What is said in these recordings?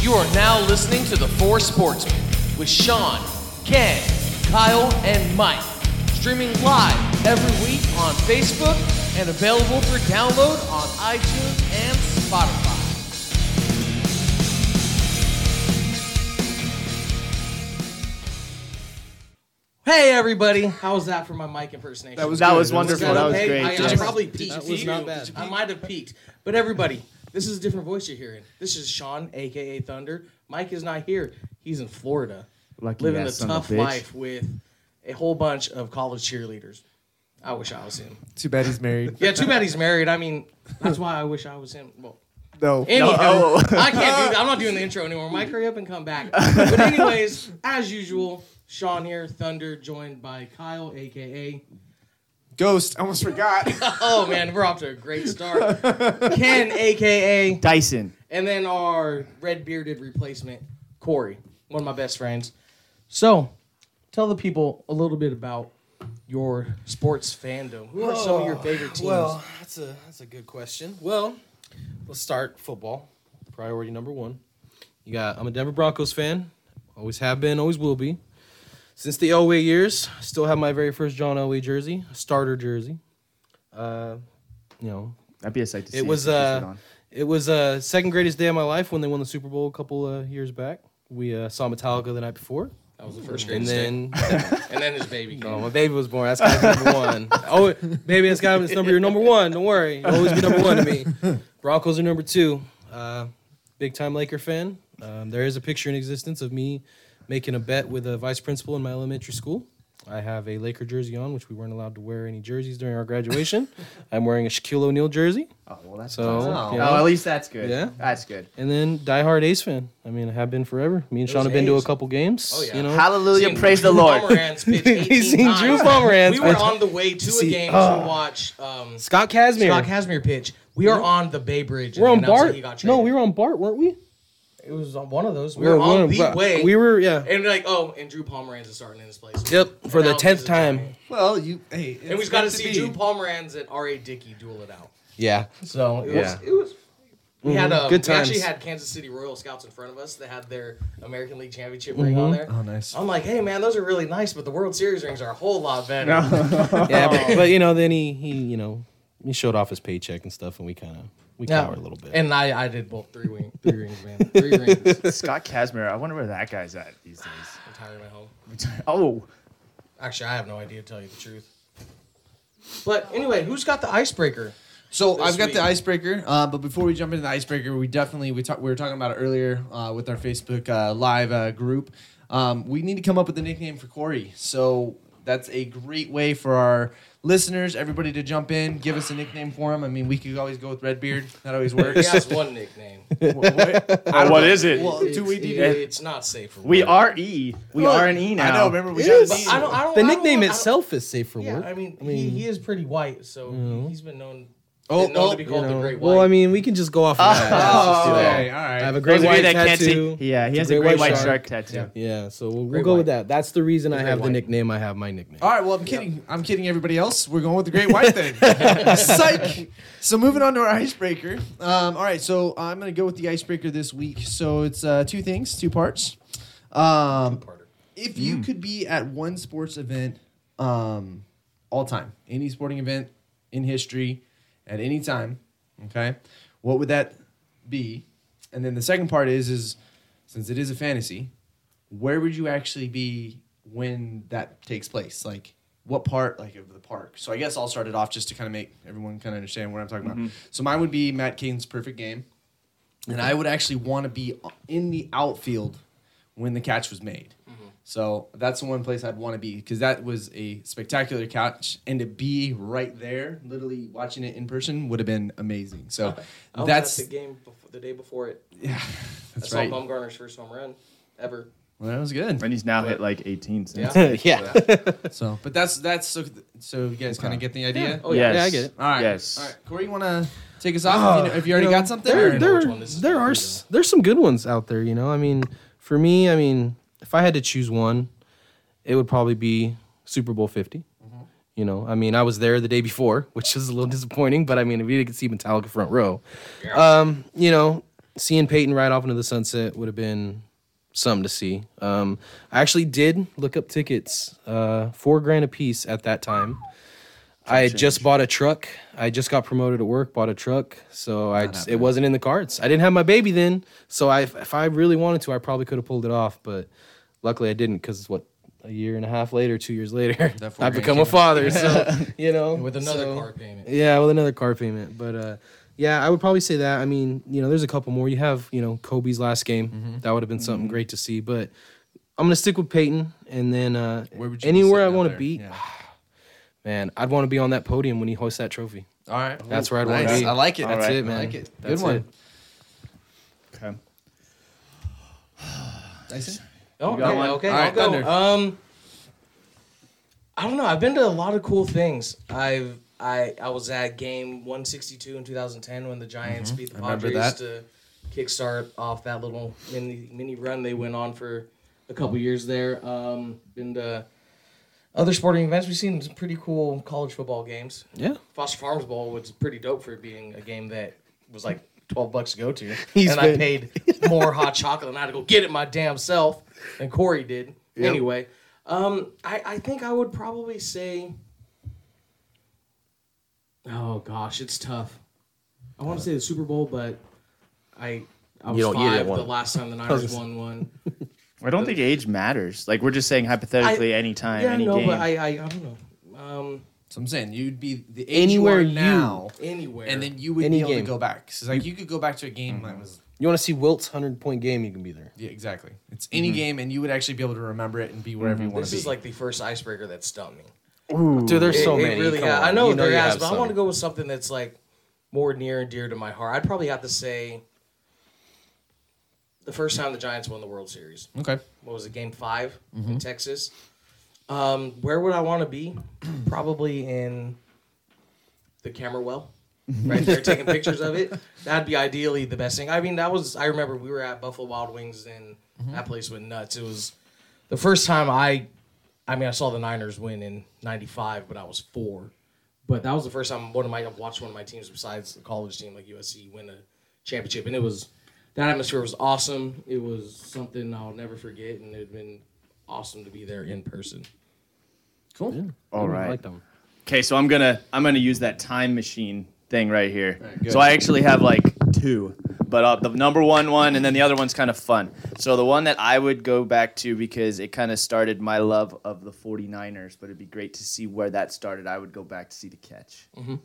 You are now listening to The Four Sportsmen with Sean, Ken, Kyle, and Mike. Streaming live every week on Facebook and available for download on iTunes and Spotify. Hey everybody! How was that for my mic impersonation? That was That good. was wonderful. good. That was okay? great. I, I Yes. probably peaked. That was not bad. I might have peaked. But everybody, this is a different voice you're hearing. This is Sean, aka Thunder. Mike is not here. He's in Florida, Lucky living ass the son of tough a bitch. life with a whole bunch of college cheerleaders. I wish I was him. Too bad he's married. Yeah, too bad he's married. I mean, that's why I wish I was him. Well, No. Anyhow, oh, oh. I can't do that. I'm not doing the intro anymore. Mike, hurry up and come back. But anyways, as usual, Sean here, Thunder, joined by Kyle, aka Ghost. I almost forgot. Oh man, we're off to a great start. Ken, aka, Dyson. and then our red bearded replacement, Corey, one of my best friends. So, tell the people a little bit about your sports fandom. Who are some of your favorite teams? Well, that's a that's a good question. Well, let's start football. Priority number one. You got I'm a Denver Broncos fan. Always have been, always will be. Since the Elway years, still have my very first John Elway jersey, a starter jersey. Uh, you know, That'd be a sight to see. it was if you could uh, see it on. it was uh, second greatest day of my life when they won the Super Bowl a couple uh, years back. We uh, saw Metallica the night before, that was the first and then and then his baby. Came. Oh, my baby was born. That's gotta be number one. Oh, baby, that's gotta be it's number. You're number one. Don't worry. You'll always be number one to me. Broncos are number two. Uh, big time Laker fan. Um, there is a picture in existence of me making a bet with a vice principal in my elementary school. I have a Laker jersey on, which we weren't allowed to wear any jerseys during our graduation. I'm wearing a Shaquille O'Neal jersey. Oh, well, that's So, awesome. you oh, know. at least that's good. Yeah. That's good. And then diehard Ace fan. I mean, I have been forever. Me and It Sean was have been to a A's. couple games. Oh, yeah. You know, Hallelujah. Seen praise the Drew Lord. Pomeranz pitch 18 seen Drew times. Pomeranz We were pitch. on the way to a See, game oh. to watch um, Scott Kazmir. Scott Kazmir pitch. We are on the Bay Bridge. and we're on they announced that Bart. he got No, traded. we were on Bart, weren't we? It was on one of those. We Yeah, were on one- the way. We were, yeah. And like, oh, and Drew Pomeranz is starting in his place. Yep, for And the now tenth he's a time. Giant. well, you. Hey. And we've got to see Drew Pomeranz and R.A. Dickey duel it out. Yeah. So it Yeah. was. It was we had Mhm. a. Good we actually times. had Kansas City Royal Scouts in front of us that had their American League championship ring Mm-hmm. on there. Oh, nice. I'm like, hey man, those are really nice, but the World Series rings are a whole lot better. Yeah, but, but you know, then he he you know he showed off his paycheck and stuff, and we kind of we cowered a little bit. And I, I did both three wing, three rings, man, three rings. Scott Kazmir. I wonder where that guy's at these days. I'm tired of my home. Oh, Actually, I have no idea to tell you the truth. But anyway, who's got the icebreaker? So This I've got week. the icebreaker, uh, but before we jump into the icebreaker, we definitely we talk, we were talking about it earlier uh, with our Facebook uh, live uh, group. Um, we need to come up with a nickname for Corey. So that's a great way for our listeners, everybody, to jump in, give us a nickname for him. I mean, we could always go with Redbeard. That always He works. has one nickname. What- what- I don't what know. is it? Well, do we need It's- It's not safe for we work. are E. We Look, are an E now. I know. Remember, we It got is. these- I don't, I don't, the I don't nickname want- I don't- itself is safe for Yeah, work. I mean, Mm-hmm. he, he is pretty white, so he's been known, Oh, been known oh, to be called the Great White. well, I mean, we can just go off of that. Let's just do that. Okay, all right. I have a great Oh, Those of white you that can't tattoo. see, yeah, It's he has a great white shark, tattoo. Yeah, so we'll, we'll Great go with white. that. That's the reason I great have the white. nickname. I have my nickname. All right, well, I'm kidding. I'm kidding everybody else. We're going with the great white thing. Psych. So moving on to our icebreaker. Um, all right, so I'm going to go with the icebreaker this week. So it's uh, two things, two parts. Um, Carter. if you could be at one sports event um, all time, any sporting event in history at any time, okay, what would that be? And then the second part is is since it is a fantasy, where would you actually be when that takes place? Like what part like of the park? So I guess I'll start it off just to kind of make everyone kind of understand what I'm talking about. So mine would be Matt Cain's perfect game. And I would actually want to be in the outfield when the catch was made. So that's the one place I'd want to be because that was a spectacular catch, and to be right there, literally watching it in person, would have been amazing. So I was that's at the game before, the day before it. yeah, I that's saw right. Well, Bumgarner's first home run ever. that was good. And he's now hit like 18. Since. Yeah. yeah. So, but that's that's so. So you guys kind of get the idea. Oh, yeah. Yes. Yeah, I get it. All right. Yes. All right, Corey, you want to take us off? if, you know, if you already got something, Ah, There, or- there, which one this is there for are you. s- there's some good ones out there. You know, I mean, for me, I mean, if I had to choose one, it would probably be Super Bowl 50 Mm-hmm. You know, I mean, I was there the day before, which is a little disappointing, but I mean, if you could see Metallica front row, um, you know, seeing Peyton ride off into the sunset would have been something to see. Um, I actually did look up tickets, uh, four grand a piece at that time. I had just bought a truck. I just got promoted at work, bought a truck, so I just, it wasn't in the cards. I didn't have my baby then, so I if I really wanted to, I probably could have pulled it off, but luckily I didn't because what a year and a half later, two years later, That four I grand become came a out. father. So you know, with another so- car payment. yeah, with another car payment. But uh, yeah, I would probably say that. I mean, you know, there's a couple more. You have, you know, Kobe's last game. Mm-hmm. That would have been something great to see. But I'm gonna stick with Peyton, and then uh, Where would you be anywhere I sitting out want to there? be. Yeah. Man, I'd want to be on that podium when he hoists that trophy. All right. That's where I'd wanna be. I like it. All That's right. it, man. I like it. Good That's one. It. Okay. Dyson? Oh, You got yeah, one? okay. All I'll right, go. Thunder. Um, I don't know. I've been to a lot of cool things. I've I I was at game 162 in 2010 when the Giants beat the I remember Padres that. to kickstart off that little mini mini run they went on for a couple years there. Um, been to other sporting events. We've seen some pretty cool college football games. Yeah. Foster Farms Bowl was pretty dope for being a game that was like twelve bucks to go to, He's and I been- paid more hot chocolate and I had to go get it my damn self than Corey did. Anyway, um, I I think I would probably say, oh gosh, it's tough. I want to say the Super Bowl, but I I was You don't- you didn't five the want it. last time the Niners won one. I don't think age matters. Like we're just saying hypothetically, any time, Yeah, any no, game. but I I, I don't know. Um, So I'm saying you'd be the age Anywhere you you- are now, anywhere and then you would Any be able game. Mm-hmm. to go back. 'Cause, like you could go back to a game that was You want to see Wilt's hundred point game? You can be there. yeah, exactly. It's any Mm-hmm. game, and you would actually be able to remember it and be wherever you want this to be. is like the first icebreaker that stumped me. Ooh. Dude, there's It- so it many. really Come has- on. I know You there you has, have but I some. want to go with something that's like more near and dear to my heart. I'd probably have to say the first time the Giants won the World Series. okay, What was it, Game 5 in Texas? Um, where would I want to be? probably in the camera well, right there, taking pictures of it. That'd be ideally the best thing. I mean, that was I remember we were at Buffalo Wild Wings and that place went nuts. It was the first time I, I mean, I saw the Niners win in '95, but I was four. But that was the first time one of my I watched one of my teams besides the college team like USC win a championship, and it was that atmosphere was awesome. It was something I'll never forget, and it'd been awesome to be there in person. cool. All I right. like them. Okay, so I'm gonna I'm gonna use that time machine thing right here. good. so I actually have like two, but uh, the number one one and then the other one's kind of fun. So the one that I would go back to because it kind of started my love of the 49ers, but it'd be great to see where that started. I would go back to see the catch. Mm-hmm.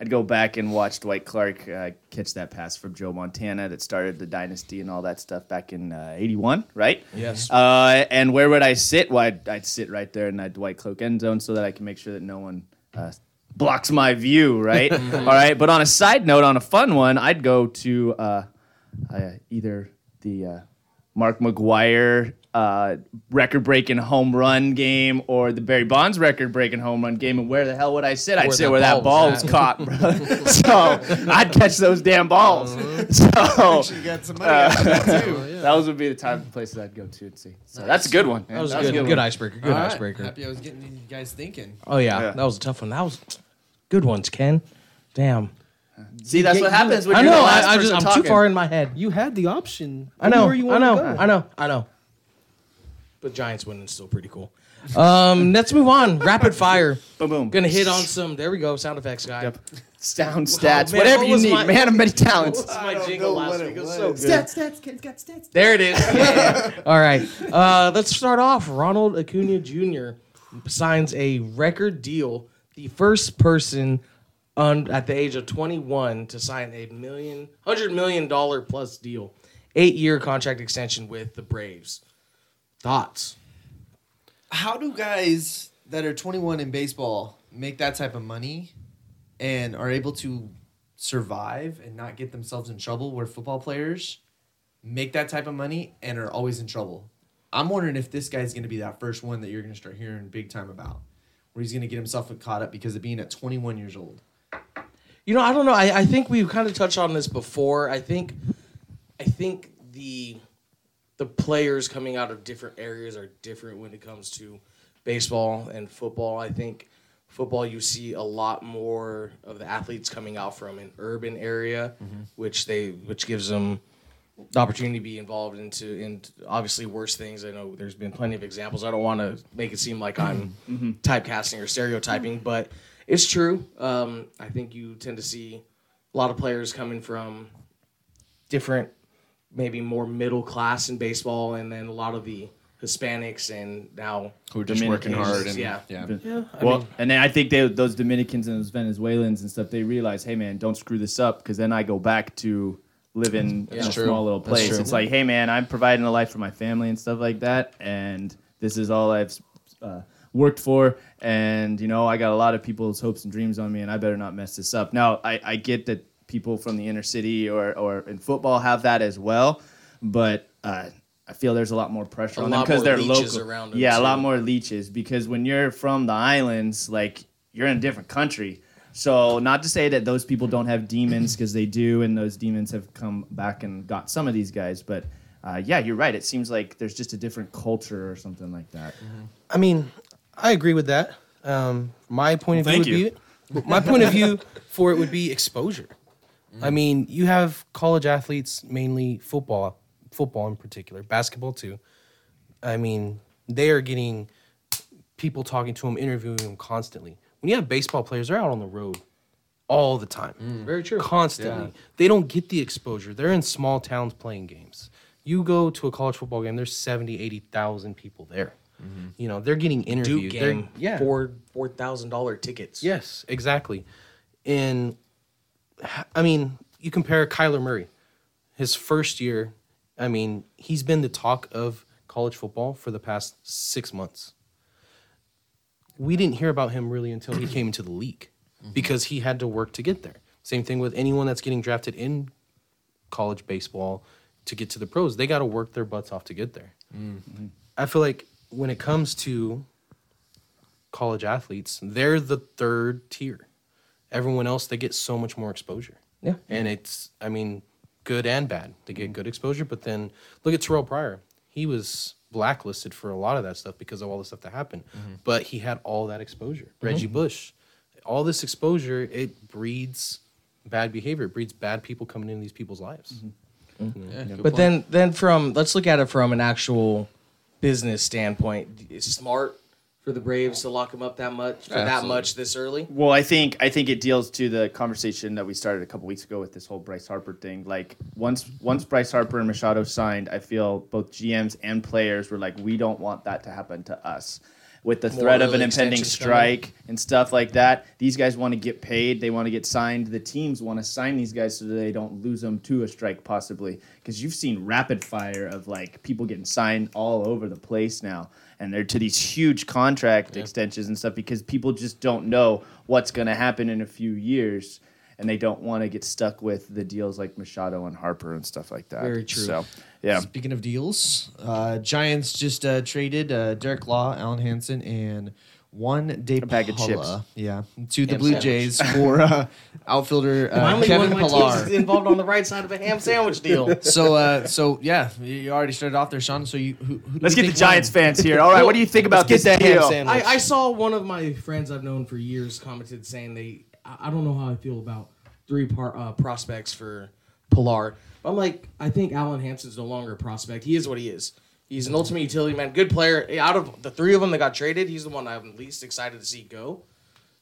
I'd go back and watch Dwight Clark uh, catch that pass from Joe Montana that started the dynasty and all that stuff back in uh, '81, right? Yes. Uh, and where would I sit? Well, I'd, I'd sit right there in that Dwight Clark end zone so that I can make sure that no one uh, blocks my view, right? all right. But on a side note, on a fun one, I'd go to uh, uh, either the uh, Mark McGuire uh, record breaking home run game or the Barry Bonds record breaking home run game. And where the hell would I sit? I'd sit that where that ball ball was was caught, bro. so I'd catch those damn balls. Uh-huh. So You got some money out of that too. those would be the type of places I'd go to and see. So that's a good one. man. That was, That a good, good icebreaker. Good All right. icebreaker. Happy I was getting you guys thinking. Oh yeah, Yeah. that was a tough one. That was good ones, Ken. Damn. See, that's what happens when I you're know. the last I, I just, person I'm talking. too far in my head. You had the option. I know. Where you I wanted know. to go. I know. I know. But Giants winning is still pretty cool. Um, let's move on. Rapid fire. Boom, boom. Gonna hit on some. There we go. Sound effects guy. Yep. sound stats, man, whatever what you was need. my- Man of many talents. That's my jingle last week. It was so good. Stats. There it is. Yeah. All right. Uh, let's start off. Ronald Acuna Jr. signs a record deal. The first person on, at the age of 21 to sign a million, hundred million dollar plus deal, eight year contract extension with the Braves. Thoughts? How do guys that are 21 in baseball make that type of money and are able to survive and not get themselves in trouble? Where football players make that type of money and are always in trouble. I'm wondering if this guy's going to be that first one that you're going to start hearing big time about, where he's going to get himself caught up because of being at 21 years old. You know, I don't know. I, I think we've kind of touched on this before. I think, I think the the players coming out of different areas are different when it comes to baseball and football. I think football you see a lot more of the athletes coming out from an urban area, which they which gives them the opportunity to be involved into in obviously worse things. I know there's been plenty of examples. I don't want to make it seem like I'm typecasting or stereotyping, but it's true. Um, I think you tend to see a lot of players coming from different, maybe more middle class in baseball, and then a lot of the Hispanics and now Who are just working Dominicans, hard and yeah. well, and then I think they, those Dominicans and those Venezuelans and stuff, they realize, hey man, don't screw this up, because then I go back to living in a That's true. small little place. It's like, hey man, I'm providing a life for my family and stuff like that, and this is all I've uh, worked for, and you know, I got a lot of people's hopes and dreams on me, and I better not mess this up. Now, I, I get that people from the inner city or or in football have that as well, but. Uh, I feel there's a lot more pressure A on them lot because more they're leeches local. around 'em, yeah, a lot too. more more leeches because when you're from the islands, like you're in a different country. So not to say that those people don't have demons because they do, and those demons have come back and got some of these guys. But uh, yeah, you're right. It seems like there's just a different culture or something like that. I mean, I agree with that. Um, my point of Well, view thank would be my point of view for it would be exposure. I mean, you have college athletes, mainly football, football in particular, basketball too. I mean, they are getting people talking to them, interviewing them constantly. When you have baseball players, they're out on the road all the time. Mm, Very true. Constantly. They don't get the exposure. They're in small towns playing games. You go to a college football game, there's 70, 80,000 people there. Mm-hmm. You know, they're getting Duke interviewed. They're- game, yeah. four four thousand dollar tickets. Yes, exactly. And h- I mean, you compare Kyler Murray, his first year. I mean, he's been the talk of college football for the past six months. We didn't hear about him really until he came into the league because he had to work to get there. Same thing with anyone that's getting drafted in college baseball to get to the pros. They got to work their butts off to get there. I feel like when it comes to college athletes, they're the third tier. Everyone else, they get so much more exposure. Yeah. And it's, I mean, good and bad. They get good exposure, but then look at Terrell Pryor. He was blacklisted for a lot of that stuff because of all the stuff that happened, Mm-hmm. but he had all that exposure. Reggie Bush, all this exposure, it breeds bad behavior, it breeds bad people coming into these people's lives. Mm-hmm. but then then from let's look at it from an actual business standpoint. It's smart for the Braves to lock him up that much for that Absolutely. much this early. Well, I think I think it deals to the conversation that we started a couple weeks ago with this whole Bryce Harper thing. Like once once Bryce Harper and Machado signed, I feel both GMs and players were like, we don't want that to happen to us. With the threat of an early impending extensions coming. strike and stuff like that, these guys want to get paid. They want to get signed. The teams want to sign these guys so that they don't lose them to a strike, possibly. Because you've seen rapid fire of like people getting signed all over the place now, and they're to these huge contract extensions and stuff because people just don't know what's going to happen in a few years, and they don't want to get stuck with the deals like Machado and Harper and stuff like that. Very true. So yeah, Speaking of deals, uh, Giants just uh, traded uh, Derek Law, Allen Hansen, and one day bag of chips. Yeah, to the Ham Blue sandwich. Jays for uh, outfielder uh, Finally, Kevin one of my teams Pillar. is involved on the right side of a ham sandwich deal. So, uh, so yeah, you- you already started off there, Sean. So you, who, who do let's you get the think Giants won? fans here. All right, what do you think about this deal? I, I saw one of my friends I've known for years commented saying they I, I don't know how I feel about three par, uh, prospects for Pilar. I'm like I think Alan Hanson's no longer a prospect. He is what he is. He's an ultimate utility man, good player. Out of the three of them that got traded, he's the one I'm least excited to see go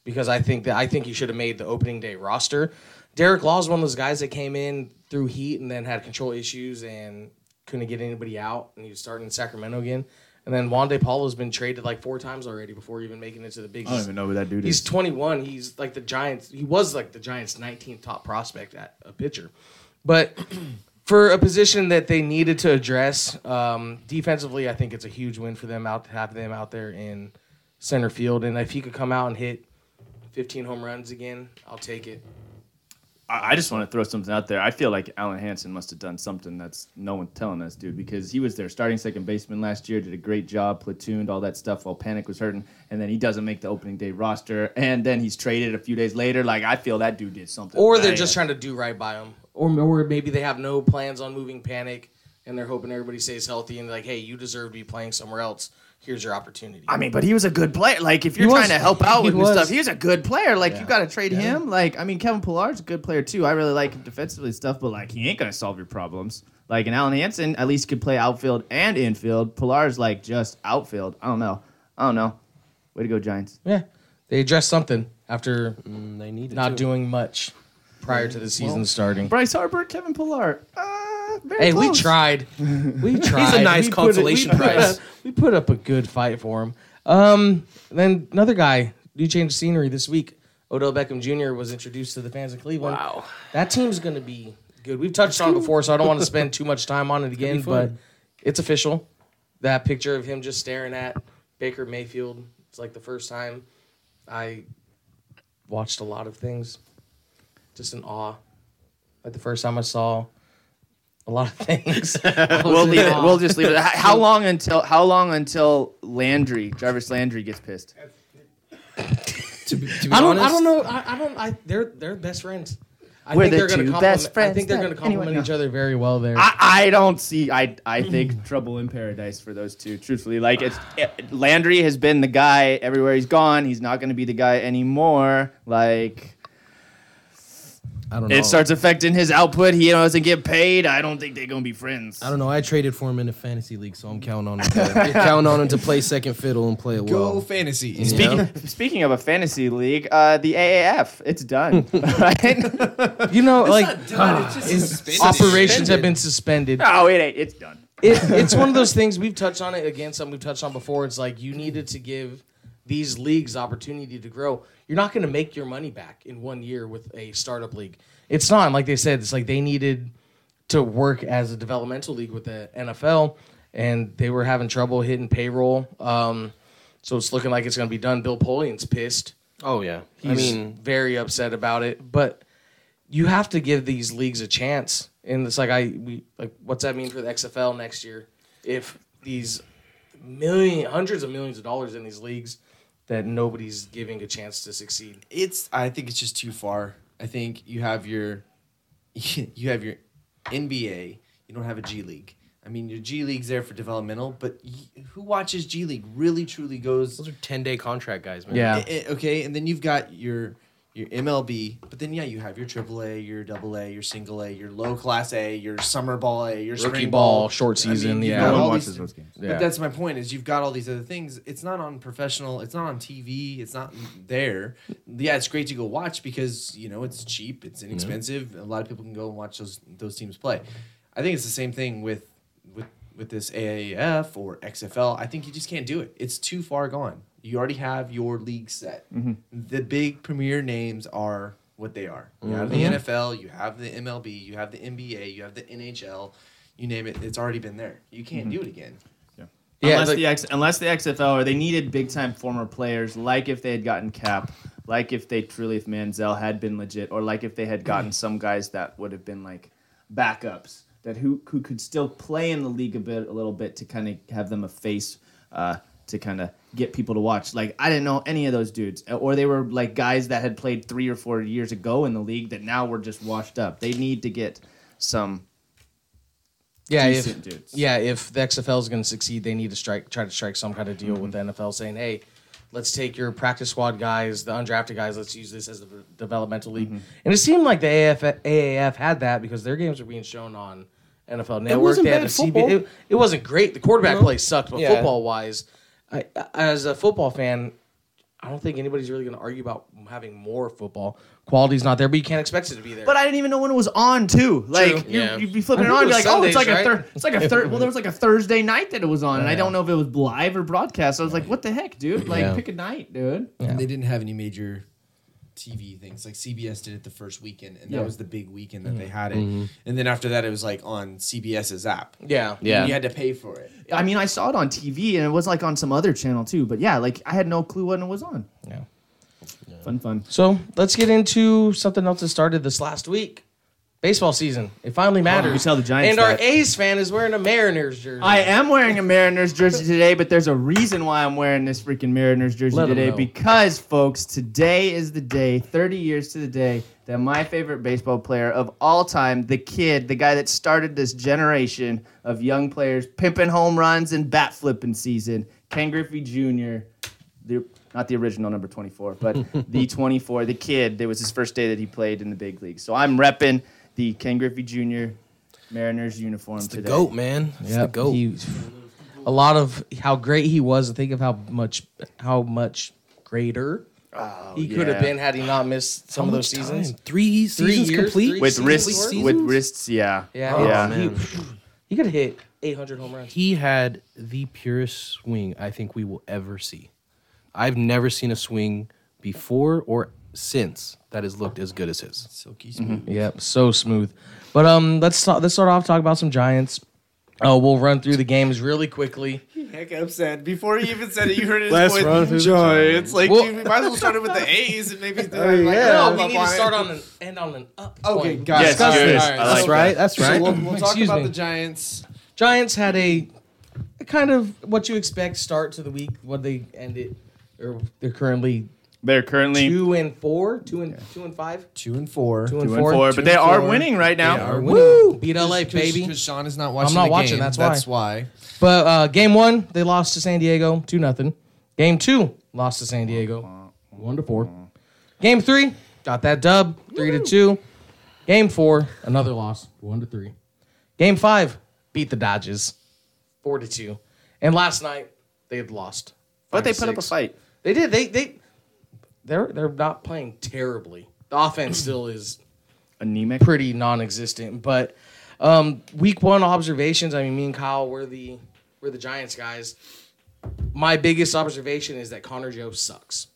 because I think that I think he should have made the opening day roster. Derek Law is one of those guys that came in through heat and then had control issues and couldn't get anybody out, and he was starting in Sacramento again. And then Juan De Paulo's been traded like four times already before even making it to the big. I don't even know who that dude He's is. 21. He's like the Giants. He was like the Giants' 19th top prospect at a pitcher, but for a position that they needed to address um, defensively, I think it's a huge win for them out to have them out there in center field. And if he could come out and hit 15 home runs again, I'll take it. I I just want to throw something out there. I feel like Alan Hansen must have done something that's no one's telling us, dude, because he was their starting second baseman last year, did a great job, platooned all that stuff while panic was hurting, and then he doesn't make the opening day roster, and then he's traded a few days later. Like I feel that dude did something. Or they're bad. just trying to do right by him, or or maybe they have no plans on moving Panic, and they're hoping everybody stays healthy and like, hey, you deserve to be playing somewhere else. here's your opportunity. I mean, but he was a good player. Like, if you're was. trying to help out He with was. this stuff, he was a good player. Like, you got to trade him. Like, I mean, Kevin Pillar's a good player too. I really like him defensively and stuff, but like, he ain't gonna solve your problems. Like, and Allen Hansen at least could play outfield and infield. Pillar's like just outfield. I don't know. I don't know. Way to go, Giants. yeah, they addressed something after Mm, they need it not too. doing much prior to the season starting. Bryce Harper, Kevin Pillar. Uh, very Hey, we close. tried. We tried. He's a nice We put it- we consolation put prize. up- we put up a good fight for him. Um, then another guy. New change of scenery this week. Odell Beckham Jr. was introduced to the fans of Cleveland. Wow. that team's going to be good. We've touched on it before, so I don't want to spend too much time on it again. But it's official. That picture of him just staring at Baker Mayfield. It's like the first time I watched a lot of things, just in awe. Like the first time I saw a lot of things. I was We'll in leave it. awe. We'll just leave it. How how long until? How long until Landry, Jarvis Landry, gets pissed? To be, to be I don't. I honest, don't know. I, I don't. I. They're they're best friends. I We're think the they're gonna two compliment- best friends I think they're that going to compliment anyone each other very well there. I, I don't see. I I think trouble in paradise for those two. Truthfully, like it's it, Landry has been the guy everywhere he's gone. He's not going to be the guy anymore. Like I don't know. it starts affecting his output. He doesn't get paid. I don't think they're going to be friends. I don't know. I traded for him in a fantasy league, so I'm counting on him. To, counting on him to play second fiddle and play it Go well. fantasy. Speaking, Yeah. speaking of a fantasy league, uh, the AAF, it's done. right? you know, like Done, it's just suspended. operations have been suspended. No, it ain't. It's done. it, it's one of those things we've touched on it again. Something we've touched on before. It's like you needed to give these leagues opportunity to grow. You're not going to make your money back in one year with a startup league. It's not like they said. It's like they needed to work as a developmental league with the NFL, and they were having trouble hitting payroll. Um, so it's looking like it's going to be done. Bill Polian's pissed. Oh yeah. He's very upset about it, but you have to give these leagues a chance. And it's like I we like what's that mean for the XFL next year if these million hundreds of millions of dollars in these leagues that nobody's giving a chance to succeed. it's I think it's just too far. I think you have your you have your NBA. You don't have a G League. I mean, your G League's there for developmental, but y- who watches G League really truly goes Those are ten day contract guys, man. Yeah. Eh, eh, okay, and then you've got your your MLB, but then yeah, you have your AAA, your AA, your single A, your low class A, your summer ball A, your Rookie spring ball, ball, short I mean, season, you've yeah. got No one all watches these- those games. Yeah. But that's my point is you've got all these other things. It's not on professional. It's not on TV. It's not there. Yeah, it's great to go watch because you know it's cheap. It's inexpensive. A lot of people can go and watch those those teams play. I think it's the same thing with with with this AAF or XFL. I think you just can't do it. It's too far gone. You already have your league set. The big premier names are what they are. You have the NFL, you have the MLB, you have the NBA, you have the NHL. You name it, it's already been there. You can't do it again. Yeah, unless, like- the X, unless the XFL or they needed big time former players, like if they had gotten Cap, like if they truly if Manziel had been legit, or like if they had gotten some guys that would have been like backups that who who could still play in the league a bit a little bit to kind of have them a face uh, to kind of get people to watch. Like I didn't know any of those dudes, or they were like guys that had played three or four years ago in the league that now were just washed up. They need to get some Yeah, Decent if, dudes. Yeah, if the XFL is going to succeed, they need to strike, try to strike some kind of deal with Mm-hmm. the NFL, saying, "Hey, let's take your practice squad guys, the undrafted guys. Let's use this as a v- developmental league." Mm-hmm. And it seemed like the AF, AAF had that because their games were being shown on NFL Network. wasn't they had bad a CB football. It, it wasn't great. The quarterback play sucked, but Yeah. football wise, I, as a football fan, I don't think anybody's really going to argue about having more football. Quality's not there, but you can't expect it to be there. But I didn't even know when it was on too. Like you, Yeah. you'd be flipping it I think on, it and be was like, oh, it's like Sundays, a right? third. It's like a third. Well, there was like a Thursday night that it was on, and I don't know if it was live or broadcast. I was like, what the heck, dude? Like, Yeah. pick a night, dude. And they didn't have any major TV things. Like CBS did it the first weekend, and Yeah. that was the big weekend that they had it. And then after that, it was like on CBS's app. yeah, Yeah. You had to pay for it. I mean, I saw it on TV, and it was like on some other channel too. But yeah, like I had no clue when it was on. yeah. Fun, fun. So let's get into something else that started this last week. Baseball season. It finally matters. we tell the Giants And our Oh, that. A's fan is wearing a Mariners jersey. I am wearing a Mariners jersey today, but there's a reason why I'm wearing this freaking Mariners jersey Let 'em today know. because, folks, today is the day, 30 years to the day, that my favorite baseball player of all time, the kid, the guy that started this generation of young players pimping home runs and bat flipping season, Ken Griffey Jr., the, not the original number 24, but the 24, the kid. It was his first day that he played in the big league. So I'm repping the Ken Griffey Jr. Mariners uniform It's the today. goat, man. It's the goat. He, a lot of how great he was. Think of how much how much greater he could yeah. have been had he not missed some How of much those seasons. time? Three seasons years, complete. three- with Seasons wrists, worth? with wrists, yeah, Yeah, Oh, yeah. man. He, he could have hit 800 home runs. He had the purest swing I think we will ever see. I've never seen a swing before or since that has looked as good as his. Silky smooth. Yep, so smooth. But um, let's start, let's start off talking about some Giants. Oh, we'll run through the games really quickly. Heck, I'm sad. Before he even said it, you heard his Let's run through the Giants. Like, Well- dude, we might as well start it with the A's and maybe. yeah. No, up we need on to it. start on an end on an up. Okay, point. got Yes, it. Got it. good. All right. I like So- right. That's So right. we'll, we'll talk Excuse about me. the Giants. Giants had a, a kind of what you expect start to the week. What they ended, or they're currently They're currently two two and four, two and two and five, Two and four. two and and four, four, but they are winning right They now. are Woo! Beat LA, Cause- 'cause- baby. Cause Sean is not watching. not the watching, game. that's That's why. But uh, game one, they lost to San Diego, two nothing. Game two, lost to San Diego, one to four. Game three, got that dub, three to two. Game four, another loss, one to three. Game five, beat the Dodgers, four to two. And last night, they had lost. But they five to put up a six. fight. They did. They they they're they're not playing terribly. The offense still is Anemic. pretty non-existent. But um, week one observations. I mean, me and Kyle were the were the Giants guys. My biggest observation is that Connor Joe sucks.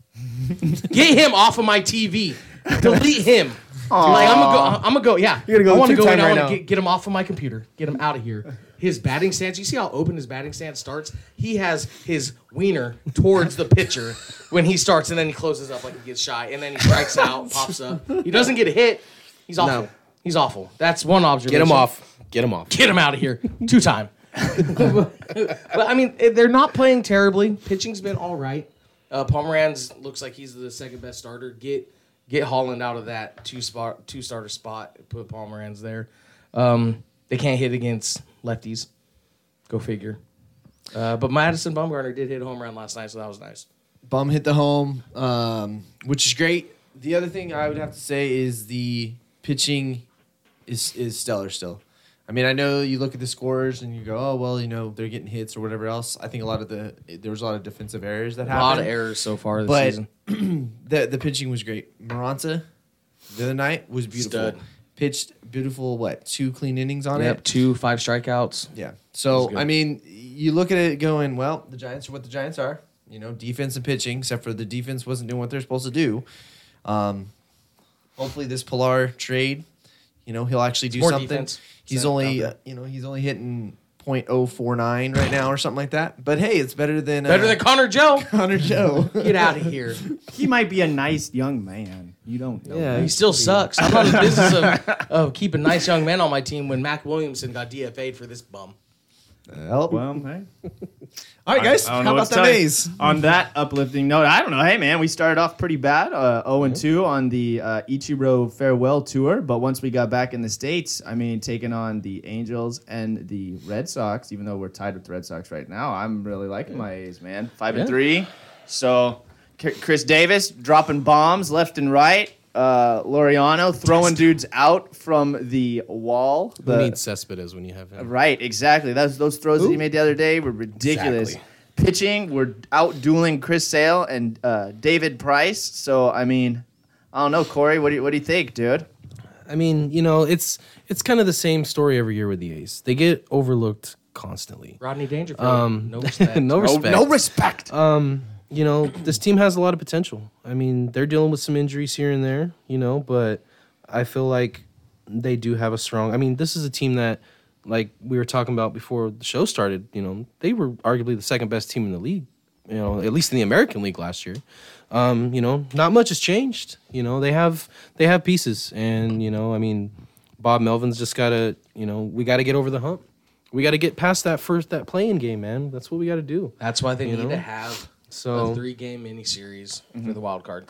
Get him off of my TV. Delete him. Like I'm gonna go. I'm gonna go. Yeah, You're gonna go I want to go two-time in. I right want now. to get, get him off of my computer. Get him out of here. His batting stance. You see how open his batting stance starts. He has his wiener towards the pitcher when he starts, and then he closes up like he gets shy, and then he strikes out, pops up. He doesn't get a hit. He's awful. No. He's awful. That's one observation. Get him off. Get him off. Get him out of here. Two time. but I mean, eh, they're not playing terribly. Pitching's been all right. Uh, Pomeranz looks like he's the second best starter. Get get Holland out of that two spot two starter spot. Put Pomeranz there. Um, they can't hit against lefties. Go figure. Uh, but Madison Bumgarner did hit a home run last night, so that was nice. Bum hit the home, um, which is great. The other thing I would have to say is the pitching is is stellar still. I mean, I know you look at the scores and you go, oh well, you know they're getting hits or whatever else. I think a lot of the there was a lot of defensive errors that A happened. lot of errors so far this But season. the the pitching was great. Maranta the other night was beautiful. Stud. Pitched beautiful. What two clean innings on it? Yep, two five strikeouts. Yeah. was So good. I mean, you look at it going, well, the Giants are what the Giants are. You know, defense and pitching, except for the defense wasn't doing what they're supposed to do. Um, hopefully, this Pilar trade, you know, he'll actually do more something. defense. He's Set only, out uh, you know, he's only hitting .049 right now or something like that. But hey, it's better than uh, Better than Connor Joe. Connor Joe. Get out of here. He might be a nice young man. You don't know. He still sucks. I'm not in the business of, of keeping nice young men on my team when Mac Williamson got DFA'd for this bum. Well, Well, hey. all right, guys. I don't How know about what to the tell you. A's? On that uplifting note, I don't know. Hey, man, we started off pretty bad, uh, 0 and 2 on the uh, Ichiro farewell tour. But once we got back in the States, I mean, taking on the Angels and the Red Sox, even though we're tied with the Red Sox right now, I'm really liking my A's, man. 5 and 3. So, C- Chris Davis dropping bombs left and right. Uh, Loriano throwing dudes out from the wall. Who The- needs Cespedes when you have him? Right, exactly. Those those throws that he made the other day were ridiculous. Exactly. Pitching, we're out dueling Chris Sale and uh, David Price. So I mean, I don't know, Corey. What do you, what do you think, dude? I mean, you know, it's it's kind of the same story every year with the A's. They get overlooked constantly. Rodney Dangerfield. Um, no respect. no respect. No respect. um, you know, this team has a lot of potential. I mean, they're dealing with some injuries here and there, you know, but I feel like they do have a strong. I mean, this is a team that, like we were talking about before the show started, you know, they were arguably the second best team in the league, you know, at least in the American League last year. Um, you know, not much has changed. You know, they have they have pieces, and you know, I mean, Bob Melvin's just gotta, you know, we gotta get over the hump. We gotta get past that first that playing game, man. That's what we gotta do. That's why they You need know? to have So- a three game miniseries for the wild card.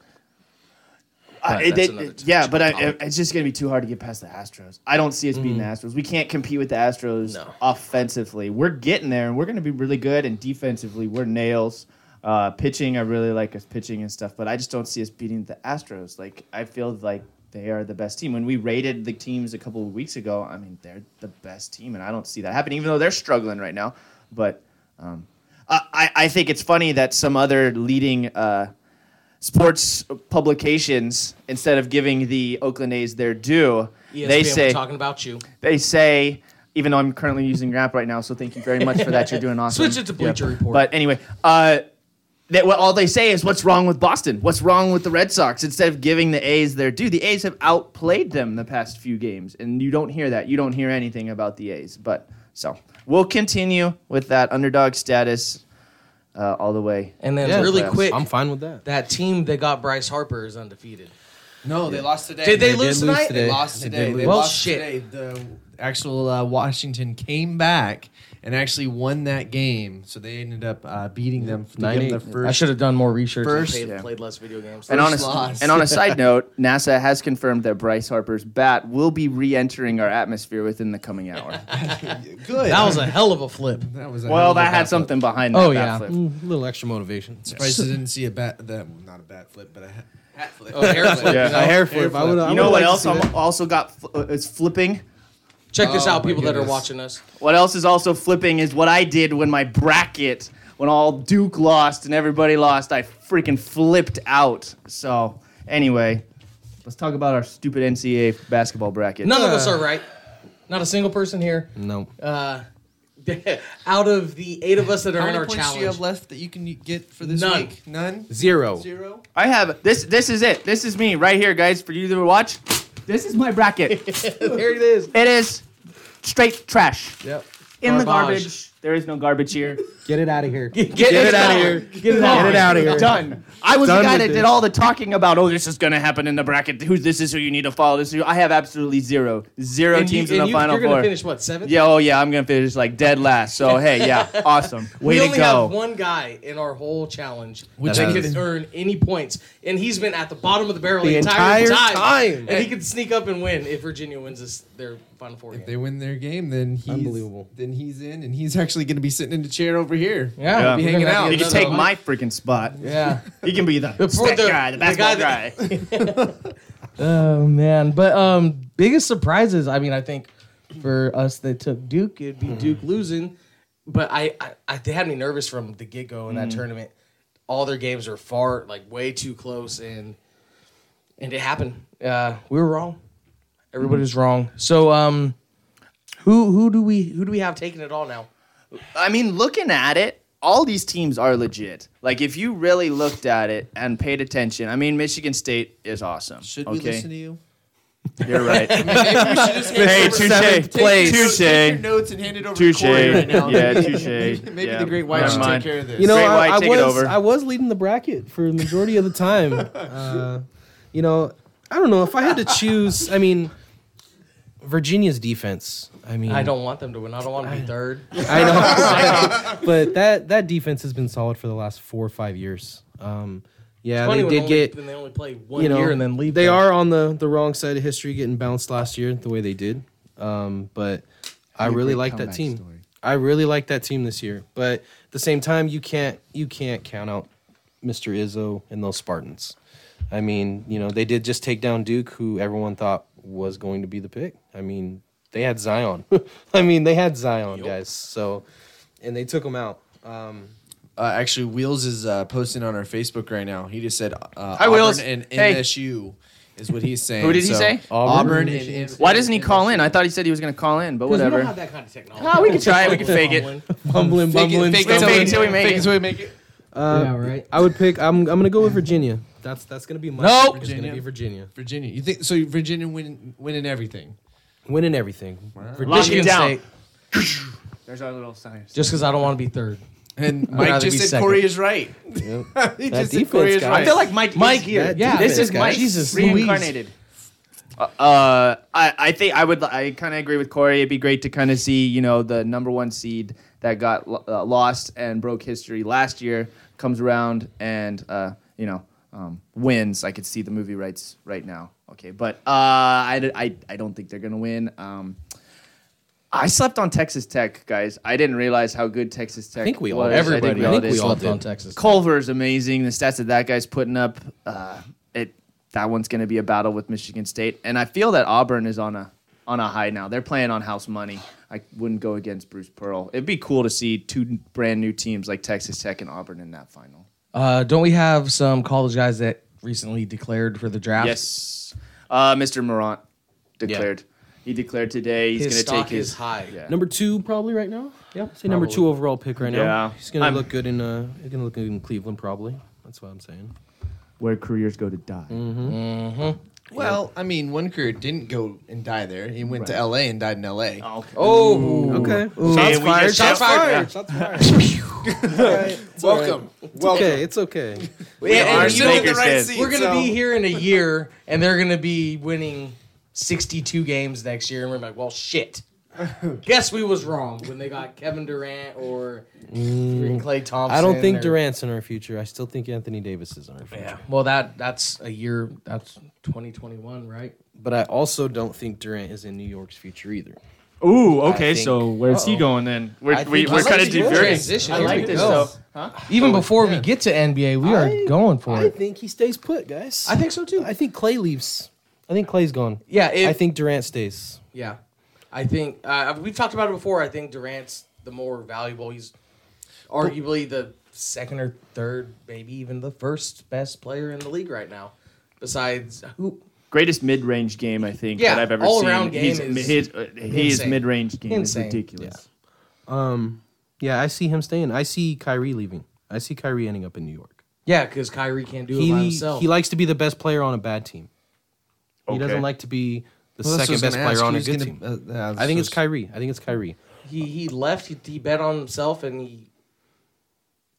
I- But it- that's it- another t- yeah, but I, topic. it's just going to be too hard to get past the Astros. I don't see us beating the Astros. We can't compete with the Astros Mm. No. offensively. We're getting there, and we're going to be really good. And defensively, we're nails. Uh, pitching, I really like us pitching and stuff, but I just don't see us beating the Astros. Like I feel like they are the best team. When we rated the teams a couple of weeks ago, I mean they're the best team, and I don't see that happening. Even though they're struggling right now, but um, I, I I think it's funny that some other leading. Uh, sports publications instead of giving the Oakland A's their due, ESPN, they we're say talking about you. they say even though I'm currently using your app right now, so thank you very much for that. You're doing awesome. Switch it to Bleacher Report. But anyway, uh, that what all they say is what's wrong with Boston? What's wrong with the Red Sox? Instead of giving the A's their due, the A's have outplayed them the past few games, and you don't hear that. You don't hear anything about the A's. But so we'll continue with that underdog status uh, all the way. And then Yeah, really playoffs. quick, I'm fine with that. that team that got Bryce Harper is undefeated. No, they lost today. Did they They lose did lose tonight? today. They lost They today. did They, lose. Well, lost shit. today. The actual uh, Washington came back and actually won that game, so they ended up uh, beating them to give them the 9-8. first. have done more research. First- played, Yeah. played less video games. And on, a, loss. and on a side note, NASA has confirmed that Bryce Harper's bat will be re-entering our atmosphere within the coming hour. good. that was a hell of a flip. that was a well, that had some. something behind that Oh, bat yeah. flip. Mm, a little extra motivation. Surprised I didn't see a bat. That well, not a bat flip, but a ha- hat flip. hair Oh, flip. Yeah. A hair flip. I would, I You know what would like to else see I'm that. also got fl- uh, is flipping? Check this Oh, out, my people that are goodness. watching us. What else is also flipping is what I did when my bracket, when all Duke lost and everybody lost, I freaking flipped out. So anyway, let's talk about our stupid NCAA basketball bracket. None of us are right. Not a single person here. No. Uh, out of the eight of us that are How in many our points do you have challenge, left that you can get for this None. week? None. Zero. Zero. I have this. This is it. This is me right here, guys. For you to watch, this is my bracket. here it is. It is straight trash. Yep. In the Garbage. garbage. There is no garbage here. Get it out of here. Get, it outta gone. here. Get it out, it outta here. Done. I was Done the guy with that did this. all the talking about, oh, this is going to happen in the bracket. Who, this is who you need to follow. This is who. I have absolutely zero. Zero And you- teams in and the you, final you're gonna four. finish what seventh? Yeah, oh, yeah. I'm going to finish like dead last. So, hey, yeah. Awesome. Way we to only go. have one guy in our whole challenge Which that I can didn't- earn any points, and he's been at the bottom of the barrel The entire, entire time. and he could sneak up and win if Virginia wins this their final four If game. they win their game, then he's Unbelievable. Then he's in, and he's actually going to be sitting in the chair over here. Yeah. Be hanging out. He You can Another take one. my freaking spot. Yeah. He can be the, stat the- guy, the the basketball guy guy. Oh man, but um, biggest surprises. I mean, I think for us that took Duke, it'd be Duke losing. But I, I, I they had me nervous from the get go in that tournament. All their games were far, like way too close, and and it happened. Uh, we were wrong. Everybody was wrong. So um, who who do we who do we have taking it all now? I mean, looking at it, all these teams are legit. Like, if you really looked at it and paid attention, I mean, Michigan State is awesome. Should we okay? listen to you? You're right. hey, Hey, touche. Take your Touche. notes and hand it over Touche. to Corey right now. Yeah, touche. Maybe Yeah, the great white never should mind. take care of this. You know, Great I, White, I take it was over. I was leading the bracket for the majority of the time. Uh, you know, I don't know if I had to choose. I mean, Virginia's defense. I mean, I don't want them to win. I don't want to be third. I know, but that that defense has been solid for the last four or five years. Um, yeah, Funny they when did only, get then they only play one you know year and then leave. They them. are on the the wrong side of history, getting bounced last year the way they did. Um, but I really like that team. I really like that team this year. But at the same time, you can't you can't count out Mr. Izzo and those Spartans. I mean, you know, they did just take down Duke, who everyone thought was going to be the pick. I mean, they had Zion. I mean, they had Zion, guys. So, and they took him out. Um, uh, actually, Wheels is uh, posting on our Facebook right now. He just said, uh, Hi, Auburn Wheels. and Hey. MSU is what he's saying. Who did he say? Auburn, Auburn. and, and Why doesn't he call in? I thought he said he was going to call in, but Because We don't whatever. have that kind of technology. No, we can try it. We can fake it. bumbling, bumbling. fake it till we- till we make it. till we make it. Uh, Yeah, right. I would pick. I'm. I'm gonna go with Virginia. That's that's gonna be my. Nope. It's gonna Virginia. be Virginia. Virginia. You think so? Virginia win, winning everything. Winning everything. Lock it Michigan down. State. There's our little science. Just because I don't want to be third. And rather Mike just be said second. Corey is right. he That just said Corey defense, is guys. right. I feel like Mike. Mike here. that yeah, this defense, is guys. Mike. Jesus reincarnated. Uh, I I think I would I kind of agree with Corey. It'd be great to kind of see you know the number one seed that got lo- uh, lost and broke history last year comes around and uh, you know um, wins, I could see the movie rights right now. Okay, but uh, I, d- I- I don't think they're gonna win. Um, I slept on Texas Tech, guys. I didn't realize how good Texas Tech. I think we all was. did. I think we all did. slept on Texas. Culver is amazing. The stats that that guy's putting up, uh, it that one's going to be a battle with Michigan State, and I feel that Auburn is on a on a high now. They're playing on house money. I wouldn't go against Bruce Pearl. It'd be cool to see two brand new teams like Texas Tech and Auburn in that final. Uh, don't we have some college guys that recently declared for the draft? Yes, uh, Mr. Morant declared. He declared today he's His going to stock take his. is high. Yeah. Number two, probably right now. Yeah, Say number two overall pick right now. Yeah. he's gonna I'm- look good in uh, he's gonna look good in Cleveland probably. That's what I'm saying. where careers go to die. Well, I mean, one career didn't go and die there. He went to L.A. and died in L.A. Okay. Oh, Okay, Hey, we get shit- Shots fired. Shots fired. Welcome. it's okay. It's okay. We and are you're sitting in the Lakers right fans. seat. We're gonna So- be here in a year, and they're gonna be winning sixty-two games next year, and we're like, well, shit. Guess we was wrong when they got Kevin Durant or Clay Thompson. Mm-hmm. I don't think or- Durant's in our future. I still think Anthony Davis is in our future. Yeah. Well, that that's a year. That's twenty twenty-one, right? But I also don't think Durant is in New York's future either. Ooh, okay. I think- So where's he going then? We're, I we, think- we're I like kind of this good diverting. transition. I Here like we this go. stuff. Huh? Even before we get to NBA, we are going for I it. think he stays put, guys. I think so too. I think Clay leaves. I think Clay's gone. Yeah, if- I think Durant stays. Yeah, I think uh, we've talked about it before. I think Durant's the more valuable. He's arguably the second or third, maybe even the first best player in the league right now. Besides who? Greatest mid-range game I think Yeah, that I've ever seen. all-around game He's- is his, uh, his insane. mid-range game Insane. is ridiculous. Um, yeah, I see him staying. I see Kyrie leaving. I see Kyrie ending up in New York. Yeah, because Kyrie can't do it by He himself. he likes to be the best player on a bad team. He Okay. doesn't like to be the Well, that's what I second best was gonna player ask. on a Who's good team. gonna- uh, yeah, I think it's so- Kyrie. I think it's Kyrie. he he left. He, he bet on himself, and he.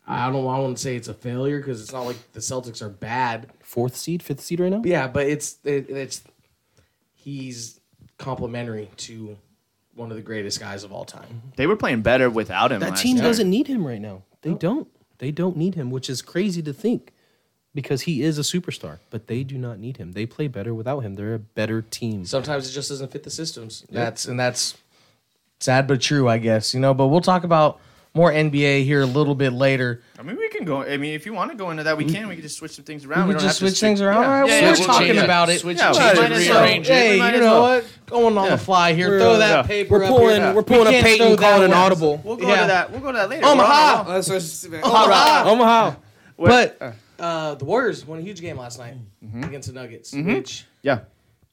I don't. I wouldn't say it's a failure because it's not like the Celtics are bad. Fourth seed, fifth seed right now. Yeah, but it's it, it's he's complimentary to one of the greatest guys of all time. They were playing better without him. That last team year. doesn't need him right now. They don't. They don't need him, which is crazy to think because he is a superstar, but they do not need him. They play better without him. They're a better team. sometimes it just doesn't fit the systems. That's and that's sad but true, I guess. You know, but we'll talk about more NBA here a little bit later. I mean, we can go. I mean, if you want to go into that, we can. We can just switch some things around. We don't just have to switch things around? All right, well, we're we'll talking change it. about it. Switch Yeah, it, we'll change change it, it, rearrange it. hey, We might you as know well. what? Going on the fly here. We're, throw uh, that yeah. paper. We're up pulling. here. We're pulling We a can't Peyton throw and calling that an one. audible. We'll go Yeah. to that. We'll go to that later. Omaha! We're on- Oh, that's what I was just about. Ah! Omaha. But Uh, the Warriors won a huge game last night against the Nuggets, which Yeah.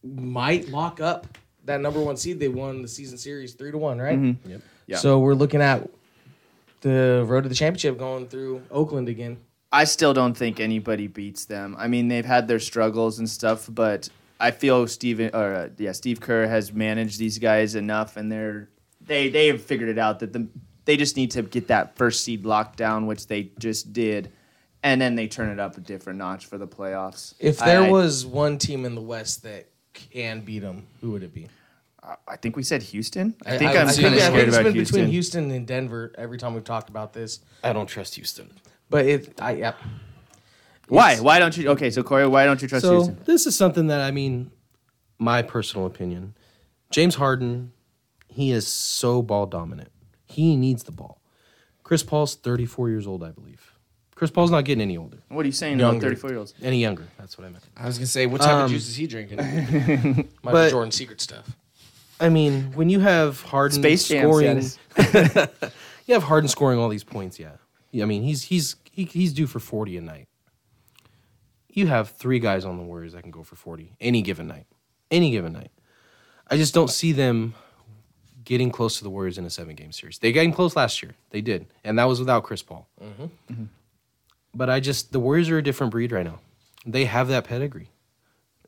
might lock up that number one seed. They won the season series three to one, right? Yeah. So we're looking at the road to the championship going through Oakland again. I still don't think anybody beats them. I mean, they've had their struggles and stuff, but I feel Steven or uh, yeah, Steve Kerr has managed these guys enough, and they're they they have figured it out that the they just need to get that first seed locked down, which they just did, and then they turn it up a different notch for the playoffs. If there I- I- was one team in the West that can beat them, who would it be? I think we said Houston. I think I- I, am I kind of I scared it's about been Houston. between Houston and Denver every time we've talked about this. I don't trust Houston. But it, I, yeah. Why? Why don't you? Okay, so Corey, why don't you trust So Houston? this is something that I mean, my personal opinion. James Harden, he is so ball dominant. He needs the ball. Chris Paul's 34 years old, I believe. Chris Paul's not getting any older, What are you saying about Younger. 34 year olds? any younger. That's what I meant. I was gonna say, what type Um, of juice is he drinking? Michael But- Jordan secret stuff. I mean, when you have Harden Space Jam, scoring, yes. you have Harden scoring all these points. Yeah, yeah. I mean, he's he's he, he's due for forty a night. You have three guys on the Warriors that can go for forty any given night, any given night. I just don't see them getting close to the Warriors in a seven game series. They came close last year. They did, and that was without Chris Paul. But I just the Warriors are a different breed right now. They have that pedigree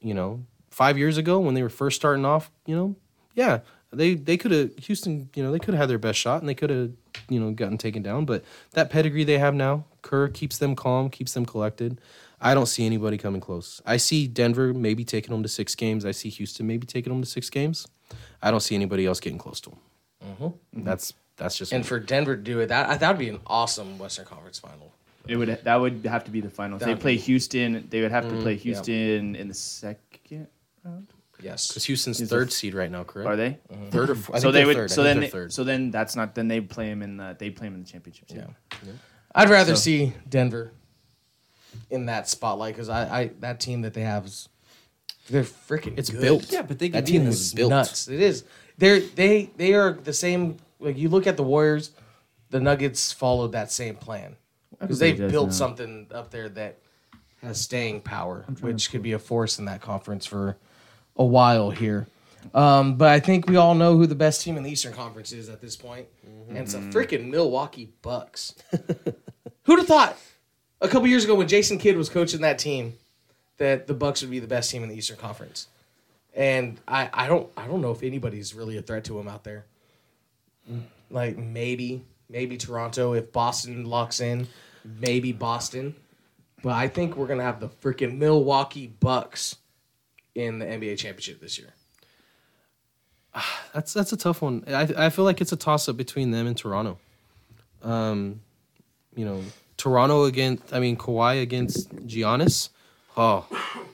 you know, five years ago when they were first starting off, you know, yeah, they they could have Houston, you know, they could have had their best shot and they could have, you know, gotten taken down. But that pedigree they have now, Kerr keeps them calm, keeps them collected. I don't see anybody coming close. I see Denver maybe taking them to six games. I see Houston maybe taking them to six games. I don't see anybody else getting close to them. Mm-hmm. That's that's just And for Denver to do it, that that would be an awesome Western Conference final. It would that would have to be the final. If they That'd play Houston, they would have Mm-hmm. to play yeah. Houston in the second. Yes. Because Houston's He's third the- seed right now, correct? Are they? mm-hmm. Third or fourth? so they would. Third. So I then. think They, they're third. so then that's not. Then they play him in. The, they play him in the championship. Yeah. Yeah. I'd rather see Denver in that spotlight because I, I that team that they have is they're freaking. It's good. built. Yeah, but they could that be team in the is built. nuts. It is. They're they they are the same. Like you look at the Warriors, the Nuggets followed that same plan because Everybody they've does built now. something up there that has staying power, which could be a force in that conference for a while here. Um, but I think we all know who the best team in the Eastern Conference is at this point, and it's the freaking Milwaukee Bucks. Who'd have thought a couple years ago when Jason Kidd was coaching that team that the Bucks would be the best team in the Eastern Conference? And I, I don't I don't know if anybody's really a threat to him out there. Like maybe maybe Toronto if Boston locks in, maybe Boston. But I think we're gonna have the freaking Milwaukee Bucks in the NBA championship this year. That's that's a tough one. I I feel like it's a toss up between them and Toronto. Um, you know, Toronto against I mean Kawhi against Giannis. Oh,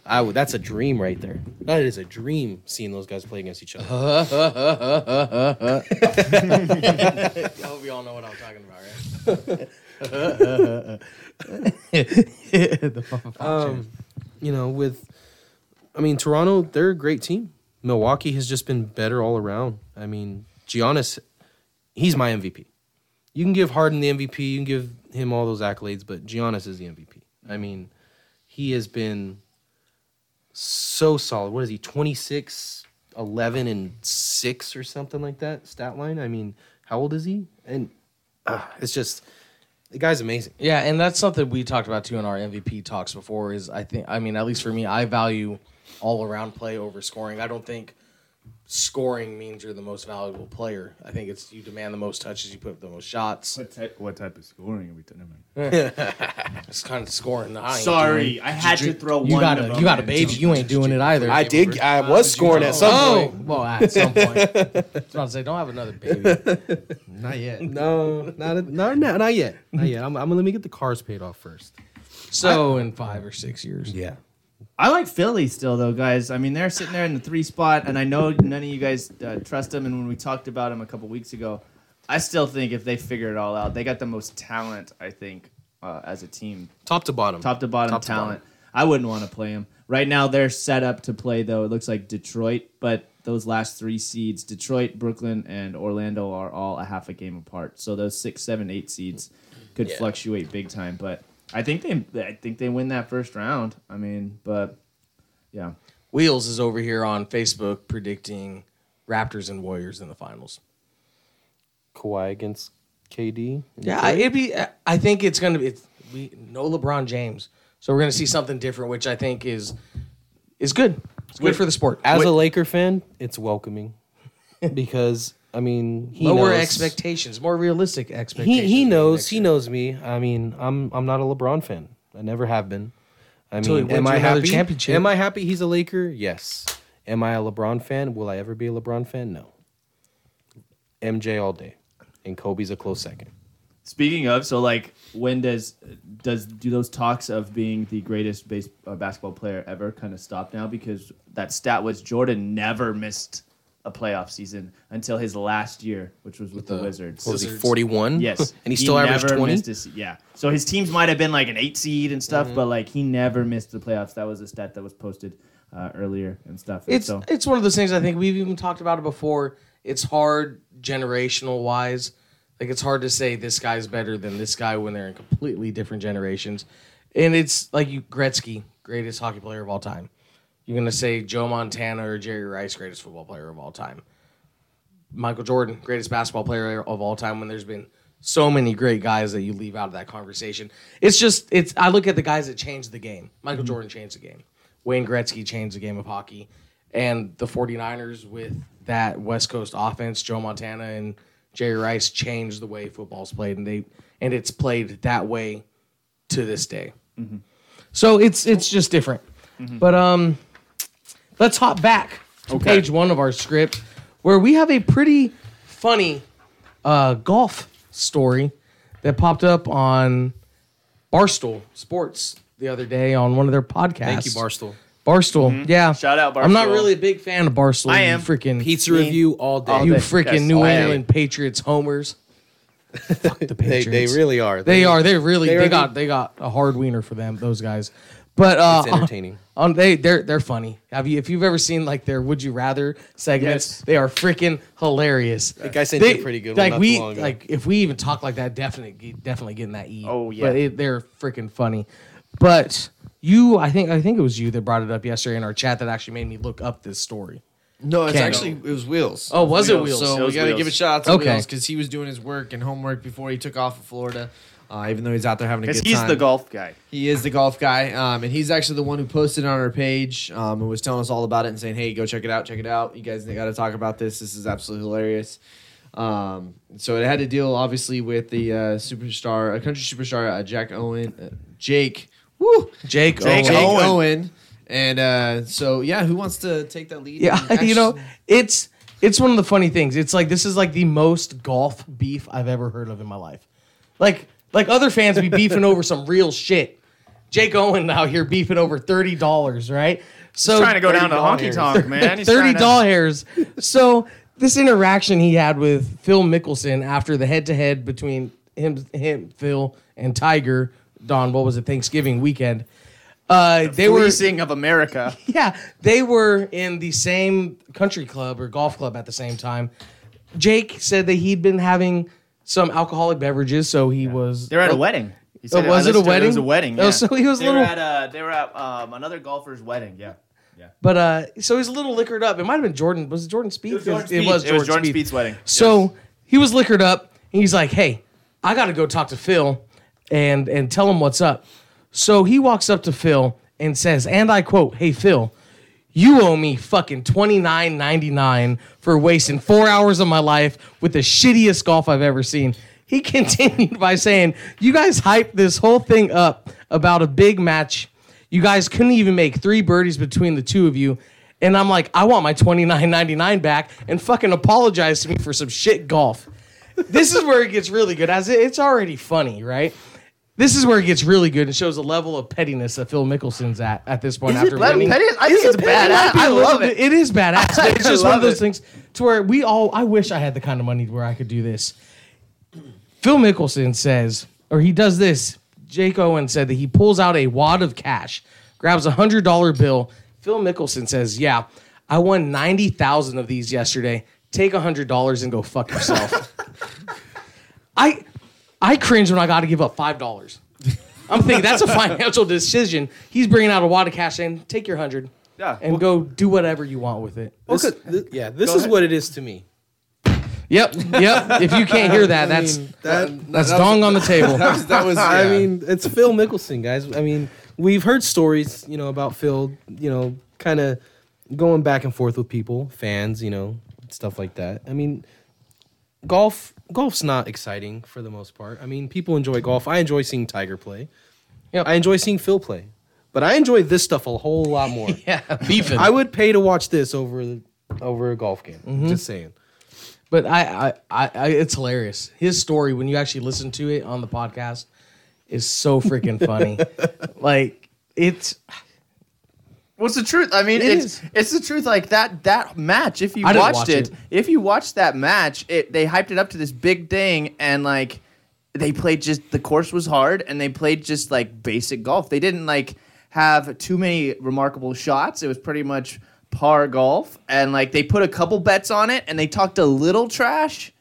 I would. That's a dream right there. That is a dream seeing those guys play against each other. I hope you all know what I'm talking about, right? um, you know, with I mean Toronto, they're a great team. Milwaukee has just been better all around. I mean, Giannis, he's my MVP. You can give Harden the MVP, you can give him all those accolades, but Giannis is the MVP. I mean, he has been so solid. What is he? 26, 11 and 6 or something like that stat line. I mean, how old is he? And uh, it's just the guy's amazing. Yeah, and that's something we talked about too in our MVP talks before. Is I think I mean at least for me, I value all around play over scoring. I don't think scoring means you're the most valuable player. I think it's you demand the most touches, you put up the most shots. What type? What type of scoring are we talking about? It's kind of scoring. I ain't doing- Sorry, I had to throw you one. got of a them you got a in. baby. You ain't doing it either. I did. I was scoring at some Oh point. well, at some point. I was about to say, don't have another baby. Not yet. No, not not not, not yet. Not yet. I'm, I'm gonna let me get the cars paid off first. So in five or six years, Yeah. I like Philly still, though, guys. I mean, they're sitting there in the three spot, and I know none of you guys uh, trust them. And when we talked about them a couple weeks ago, I still think if they figure it all out, they got the most talent. I think uh, as a team, Top to bottom. top to bottom Top to talent. I wouldn't want to play them right now. They're set up to play though. It looks like Detroit, but those last three seeds, Detroit, Brooklyn, and Orlando, are all a half a game apart. So those six, seven, eight seeds could fluctuate big time. But I think they, I think they win that first round. I mean, but yeah, Wheels is over here on Facebook predicting Raptors and Warriors in the finals. Kawhi against KD. Yeah, I, it'd be. I think it's gonna be. It's, we no LeBron James, so we're gonna see something different, which I think is is good. It's good for the sport. As As a Laker fan, it's welcoming because I mean he lower knows- expectations, more realistic He expectations. he knows he knows me. I mean I'm I'm not a LeBron fan. I never have been. I Till he mean, wins am I you another happy? championship. Am I happy he's a Laker? Yes. Am I a LeBron fan? Will I ever be a LeBron fan? No. MJ all day, and Kobe's a close second. Speaking of, so like, when does does do those talks of being the greatest base uh, basketball player ever kind of stop now? Because that stat was Jordan never missed a playoff season until his last year, which was with, the, Wizards. What was he 41? Yes, and he still averaged never 20. missed a se- yeah, so his teams might have been like an eight seed and stuff, but like he never missed the playoffs. That was a stat that was posted uh, earlier and stuff. And It's so it's one of those things. I think we've even talked about it before. It's hard generational wise. Like it's hard to say this guy's better than this guy when they're in completely different generations. And it's like you Gretzky, greatest hockey player of all time. You're gonna say Joe Montana or Jerry Rice, greatest football player of all time. Michael Jordan, greatest basketball player of all time, when there's been so many great guys that you leave out of that conversation. It's just it's I look at the guys that changed the game. Mm-hmm. Michael Jordan changed the game. Wayne Gretzky changed the game of hockey. And the 49ers with that West Coast offense, Joe Montana and Jerry Rice changed the way football's played and they and it's played that way to this day. Mm-hmm. So it's it's just different. But um let's hop back to page one of our script where we have a pretty funny uh, golf story that popped up on Barstool Sports the other day on one of their podcasts. Thank you, Barstool. Barstool. Yeah. Shout out, I'm not Barstool. really a big fan of Barstool. I you am. Freaking Pizza review all day. All You day. freaking Yes, New I am. England Patriots homers. Fuck the They, Patriots. they really are. They are. They really. they They, are the- got. They got a hard wiener for them. Those guys. But uh, It's entertaining. On they they're they're funny. Have you if you've ever seen like their Would You Rather segments? Yes. They are freaking hilarious. I think I sent you a pretty good one Like not too we long ago. like if we even talk like that, definitely definitely getting that E. Oh, yeah. But it, they're freaking funny. But you, I think I think it was you that brought it up yesterday in our chat that actually made me look up this story. No, it's Can't. actually it was Wheels. Oh, was it Wheels? So It we was got to Wheels. give a shout out to Okay. Wheels because he was doing his work and homework before he took off of Florida. Uh, even though he's out there having a Because good he's time, the golf guy. he is the golf guy, um, and he's actually the one who posted it on our page um, and was telling us all about it and saying, "Hey, go check it out, check it out. You guys got to talk about this. This is absolutely hilarious." Um, so it had to deal obviously with the uh, superstar, a country superstar, uh, Jack Owen, uh, Jake, woo, Jake, Jake Jake Owen. Owen. And uh, so, yeah, who wants to take that lead? and Yeah, actually- you know, it's it's one of the funny things. It's like this is like the most golf beef I've ever heard of in my life. Like like other fans be beefing over some real shit. Jake Owen out here beefing over thirty dollars, right? So Trying to go down to honky tonk, man. He's Thirty trying to- doll hairs. So this interaction he had with Phil Mickelson after the head to head between him, him, Phil, and Tiger. Don, what was it? Thanksgiving weekend. Uh, they were Policing of America. yeah, they were in the same country club or golf club at the same time. Jake said that he'd been having some alcoholic beverages, so he was. They're at a wedding. He Oh, said- I was it a listened to wedding? It was a wedding. Oh, Yeah. so he was a they were little- at uh, they were at um, another golfer's wedding. Yeah. But uh, so he's a little liquored up. It might have been Jordan. Was it Jordan Speed? It was Jordan Spieth. It was Jordan Spieth's wedding. So he was liquored up, and he's like, "Hey, I got to go talk to Phil, and and tell him what's up." So he walks up to Phil and says, and I quote, "Hey Phil, you owe me fucking twenty nine ninety nine for wasting four hours of my life with the shittiest golf I've ever seen." He continued by saying, "You guys hyped this whole thing up about a big match." You guys couldn't even make three birdies between the two of you. And I'm like, I want my 29.99 back and fucking apologize to me for some shit golf. This is where it gets really good. As it- it's already funny, right? This is where it gets really good and shows a level of pettiness that Phil Mickelson's at at this point after Let him winning. petty. I think it's badass. Might be I a little love bit- it. It is badass. but It's I just one love of those it. things to where we all. I wish I had the kind of money where I could do this. Phil Mickelson says, or he does this. Jake Owen said that he pulls out a wad of cash, grabs a hundred dollar bill. Phil Mickelson says, "Yeah, I won ninety thousand of these yesterday. Take a hundred dollars and go fuck yourself." I, I cringe when I got to give up five dollars. I'm thinking that's a financial decision. He's bringing out a wad of cash saying, "Take your hundred, Yeah. and go do whatever you want with it." This- thi- yeah, this is what it is to me. Yep, yep. If you can't hear that, that's that's dong on the table. that was, that was I yeah. mean, it's Phil Mickelson, guys. I mean, we've heard stories, you know, about Phil, you know, kind of going back and forth with people, fans, you know, stuff like that. I mean, golf golf's not exciting for the most part. I mean, people enjoy golf. I enjoy seeing Tiger play. Yep. I enjoy seeing Phil play. But I enjoy this stuff a whole lot more. Yeah, beefing. I would pay to watch this over the, over a golf game. Just saying. But I, I, I, I, it's hilarious. His story, when you actually listen to it on the podcast, is so freaking funny. like it's, What's the truth? I mean, It it's is. it's the truth. Like that that match. If you I didn't watched watch it, it. if you watched that match, it they hyped it up to this big thing, and like they played just the course was hard, and they played just like basic golf. They didn't like have too many remarkable shots. It was pretty much par golf, and like they put a couple bets on it, and they talked a little trash.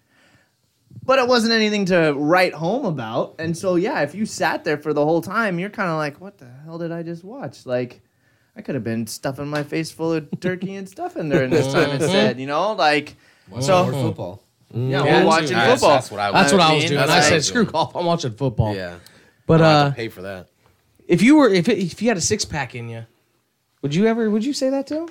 But it wasn't anything to write home about. And so, yeah, if you sat there for the whole time, you're kind of like, what the hell did I just watch? Like, I could have been stuffing my face full of turkey and stuffing during this time instead, you know? Like, Or so, football. yeah, Yeah, we're watching that's- football. that's what I that's what I was mean, doing. that's I what said, I'm screw golf. I'm watching football. Yeah. But I have uh, to pay for that. if you were, if it, if you had a six pack in you, would you ever? Would you say that to him?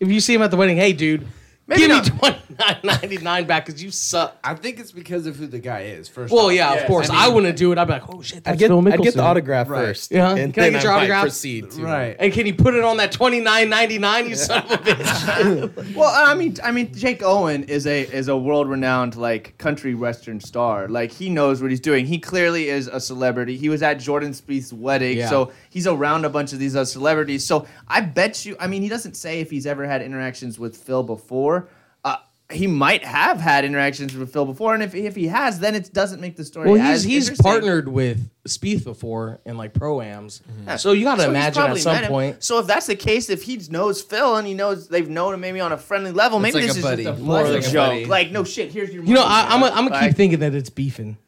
If you see him at the wedding, hey, dude, Maybe Give not. me twenty nine ninety nine back because you suck. I think it's because of who the guy is. First. Well, off. yeah, of course. I, mean- wouldn't do it. I'd be like, oh shit, that's I get, Phil I Mickelson. get the autograph Right. first. Yeah. And Can I then get your might autograph? Proceed to Right. And can you put it on that twenty nine ninety nine? You son of a bitch. Well, I mean, I mean, Jake Owen is a is a world renowned like country western star. Like he knows what he's doing. He clearly is a celebrity. He was at Jordan Spieth's wedding, Yeah. so he's around a bunch of these other celebrities. So I bet you. I mean, he doesn't say if he's ever had interactions with Phil before. Uh, he might have had interactions with Phil before, and if, if he has, then it doesn't make the story. Well, as he's he's interesting. partnered with Spieth before in like proams, so you got to So he's imagine at probably met some him. point. So if that's the case, if he knows Phil and he knows they've known him maybe on a friendly level, maybe like this a is buddy. just a More pleasant like a joke. buddy. Like, no shit, here's your. You know, money, I, I'm man. a, I'm gonna Like- keep thinking that it's beefing.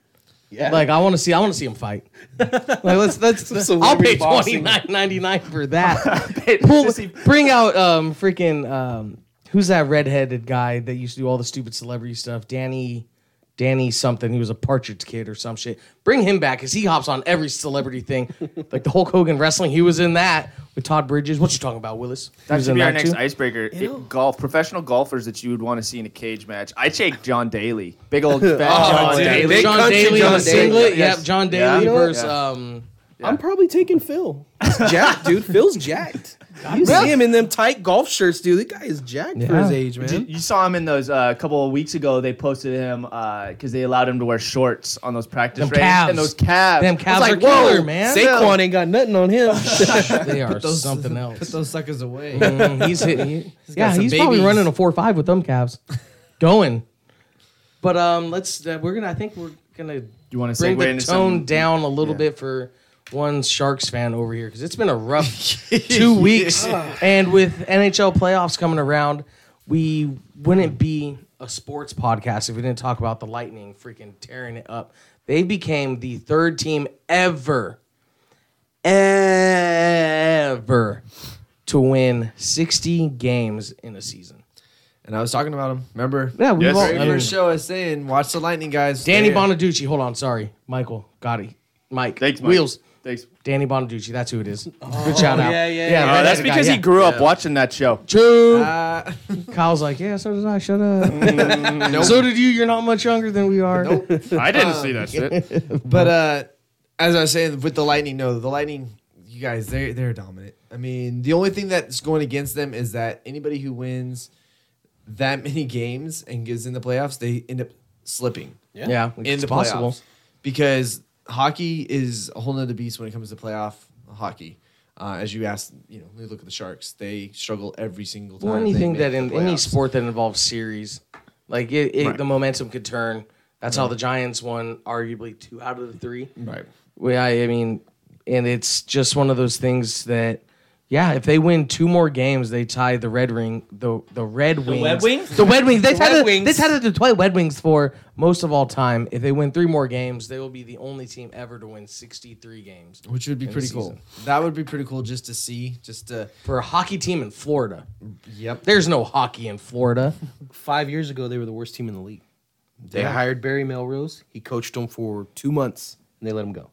Yeah. Like I want to see I want to see him fight. like let's let's I'll pay twenty nine ninety nine for that. Pull, bring out um freaking um who's that redheaded guy that used to do all the stupid celebrity stuff? Danny Danny something. He was a Partridge Kid or some shit. Bring him back because he hops on every celebrity thing. like the Hulk Hogan wrestling, he was in that with Todd Bridges. What you talking about, Willis? He That was should in be our that next too. icebreaker. It- golf, professional golfers that you would want to see in a cage match. I take John Daly, big old fat John dude, Daly. big Oh, John country Daly John on a Daly. singlet. Yes. Yep, John Yeah. Daly You know what? versus Yeah. um I'm probably taking Phil. He's jacked, dude. Phil's jacked. You see him in them tight golf shirts, dude. That guy is jacked for his age, Did- man. You saw him in those a couple of weeks ago. They posted him because they allowed him to wear shorts on those practice Them ranges calves. and those calves. Them I was calves like, are killer, whoa, man. Saquon ain't got nothing on him. they are Those- something Put else. those suckers away. Mm, he's hitting. He, yeah, some he's probably babies. running a four or five with them calves, going. But um, let's. Uh, we're gonna. I think we're gonna You want to bring segue the into tone some? down a little bit for one Sharks fan over here because it's been a rough two weeks, and with NHL playoffs coming around, we wouldn't be a sports podcast if we didn't talk about the Lightning freaking tearing it up. They became the third team ever ever to win 60 games in a season. And I was talking about him. Remember? Yeah, we Yes, all, sir. I mean, Remember show us saying, watch the Lightning guys. Danny They're- Bonaducci. Hold on, sorry, Michael Gotti, Mike. Thanks, Mike. Wheels. Thanks. Danny Bonaducci. That's who it is. Good shout out. yeah, yeah, Oh, redheaded that's guy, because yeah. he grew up watching that show. True. Uh, Kyle's like, yeah, so did I. Shut up. Mm, So did you. You're not much younger than we are. I didn't see that shit. but uh, as I was saying, with the Lightning, no, the Lightning, you guys, they're, they're dominant. I mean, the only thing that's going against them is that anybody who wins that many games and gets in the playoffs, they end up slipping. Yeah, in it's the possible. playoffs because hockey is a whole nother beast when it comes to playoff hockey. Uh, as you asked, you know, you look at the Sharks; they struggle every single time. Or they anything make that the in any playoffs. sport that involves series, like it, it, the momentum could turn. That's how the Giants won, arguably two out of the three. right? Well, I, I mean, and it's just one of those things that, yeah, if they win two more games, they tie the Red Ring, the the Red Wings, the Red Wings, the Red Wings. They tied the, they tied the Detroit Red Wings for most of all time. If they win three more games, they will be the only team ever to win sixty three games Which would be the pretty cool. That would be pretty cool just to see. Just to for a hockey team in Florida. yep, There's no hockey in Florida. Five years ago, they were the worst team in the league. They Yeah. hired Barry Melrose. He coached them for two months, and they let him go.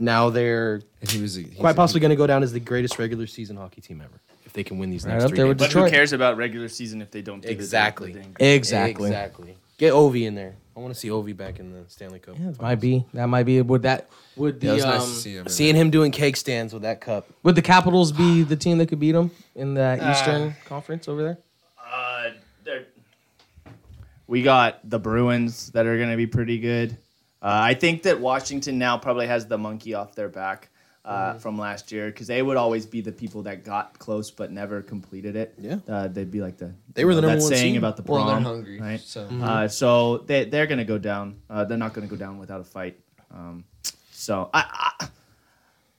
Now they're and he was a, he's quite a- possibly going to go down as the greatest regular season hockey team ever if they can win these next up three there games. with But who Detroit. cares about regular season if they don't do the- Exactly. the thing? Exactly. Exactly. Get Ovi in there. I want to see Ovi back in the Stanley Cup. Might be that might be would that would the Yeah, it was um, nice to see him. in Seeing him doing cake stands with that cup. would the Capitals be the team that could beat them in the Eastern Conference over there? Uh, they're- we got the Bruins that are going to be pretty good. Uh, I think that Washington now probably has the monkey off their back uh, Mm-hmm. from last year because they would always be the people that got close but never completed it. Yeah. uh, they'd be like the They were the that number one saying seed. about the Well, prom, they're hungry, right? so- Mm-hmm. uh, so they they're going to go down. Uh, they're not going to go down without a fight. Um, so I, I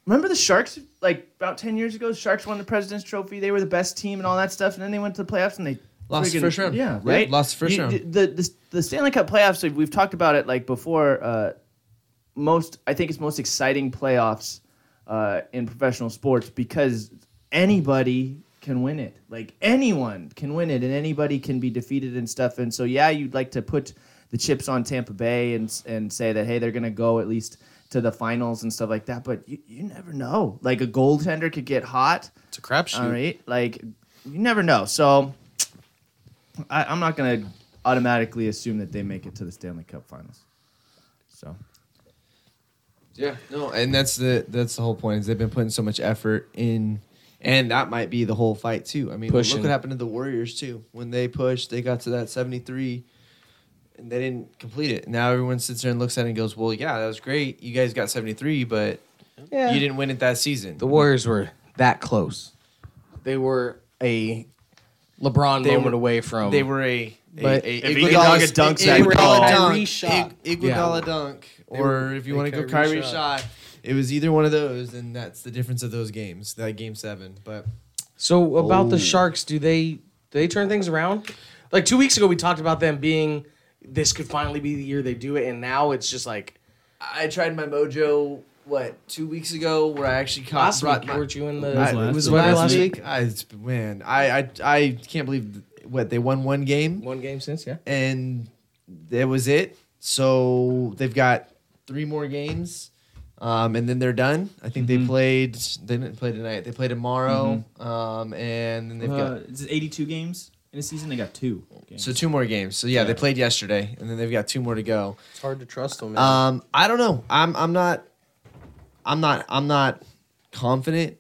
remember the Sharks like about ten years ago. Sharks won the President's Trophy. They were the best team and all that stuff. And then they went to the playoffs and they Lost friggin- first round. Yeah, Yeah, right. lost first round. The, the the Stanley Cup playoffs. We've, we've talked about it like before. Uh, most I think it's most exciting playoffs uh, in professional sports because anybody can win it. Like anyone can win it, and anybody can be defeated and stuff. And so yeah, you'd like to put the chips on Tampa Bay and and say that hey, they're gonna go at least to the finals and stuff like that. But you, you never know. Like a goaltender could get hot. It's a crapshoot. All right, like you never know. So I, I'm not going to automatically assume that they make it to the Stanley Cup Finals. So Yeah, no, and that's the that's the whole point is they've been putting so much effort in, and that might be the whole fight too. I mean, Pushing. look what happened to the Warriors too when they pushed, they got to that seventy three, and they didn't complete it. Now everyone sits there and looks at it and goes, "Well, yeah, that was great. You guys got seventy three, but Yeah. you didn't win it that season." The Warriors were that close. They were a LeBron They moment were- away from. they were a, a, But- a If Iguodala dunks that Iguodala ball. Kyrie dunk, shot. Ig- Yeah. Iguodala dunk, They or were- if you they want to go Kyrie Kyrie shot. shot. It was either one of those, and that's the difference of those games. That game seven, but so about Oh. the Sharks, do they do they turn things around? Like two weeks ago, we talked about them being this could finally be the year they do it, and now it's just like I tried my mojo what two weeks ago where I actually caught last brought week. my- weren't you in the? I- It was it was last week. last, Last week. I, it's, man, I, I I can't believe what they won one game one game since, yeah. and that was it. So they've got three more games, um, and then they're done. I think Mm-hmm. they played. They didn't play tonight. They play tomorrow, um, and then they've Uh, got is it 82 games in a season? They got two. Games. so two more games. So yeah, they played yesterday, and then they've got two more to go. It's hard to trust Uh, them. man. Um, I don't know. I'm I'm not I'm not I'm not confident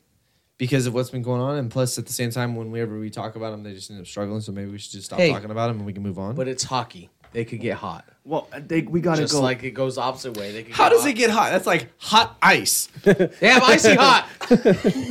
because of what's been going on, and plus at the same time, whenever we talk about them, they just end up struggling. So maybe we should just stop Hey. talking about them and we can move on. But it's hockey. They could get hot. well, they, we got to Just go. like it goes opposite way. They could How get does it get hot? That's like hot ice, hot. Damn, icy hot.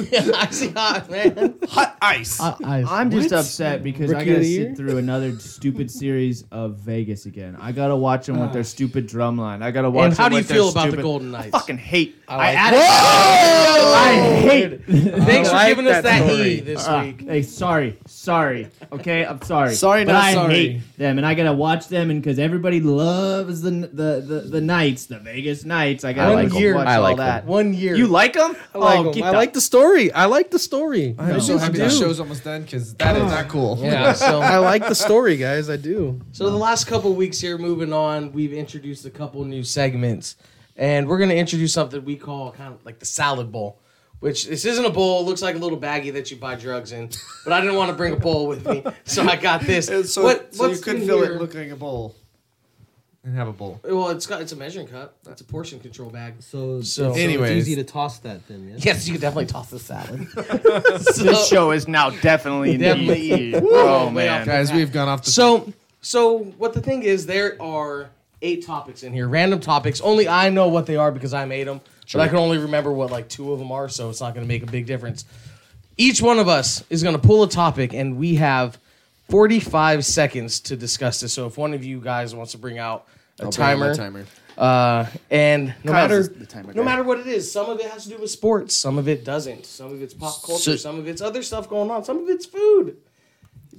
icy hot, man. hot ice. I'm just upset because I Rookie of gotta the year? sit through another stupid series of Vegas again. I gotta watch them with their stupid drum line. I gotta watch. Ah. And how them do you with their feel about the stupid- Golden Knights? fucking hate. I, like added. I hate. Thanks I for like giving us that that story. E this Uh, week. hey, sorry, sorry. Okay, I'm sorry. Sorry, but not I sorry. hate them, and I gotta watch them, and because everybody loves the the the, the Knights, the Vegas Knights. I gotta I like watch 'em. all I like 'em. that. One year. You like them? I like, 'em. Oh, get I the- like the story. I like the story. I'm so so happy that show's almost done because that is not cool. yeah, so I like the story, guys. I do. So the last couple weeks here, moving on, we've introduced a couple new segments, and we're gonna introduce something we call kind of like the salad bowl, which this isn't a bowl. It looks like a little baggie that you buy drugs in, but I didn't want to bring a bowl with me, so I got this. So, what, so you what's could in fill here- it look like a bowl and have a bowl. Well, it's got it's a measuring cup. It's a portion control bag. So, So- it's Anyways. easy to toss that then. Yeah? Yes, you can definitely toss the salad. This show is now definitely in Definitely. the E. Oh Way man. off Guys, we've gone off the So, so what the thing is, there are eight topics in here, random topics. Only I know what they are because I made them, but I can only remember what like two of them are, so it's not going to make a big difference. Each one of us is going to pull a topic, and we have 45 seconds to discuss this. So, if one of you guys wants to bring out a I'll bring out my timer, timer. Uh, and no Kyle's matter is the timer no guy. matter what it is, some of it has to do with sports, some of it doesn't, some of it's pop culture, So- some of it's other stuff going on, some of it's food.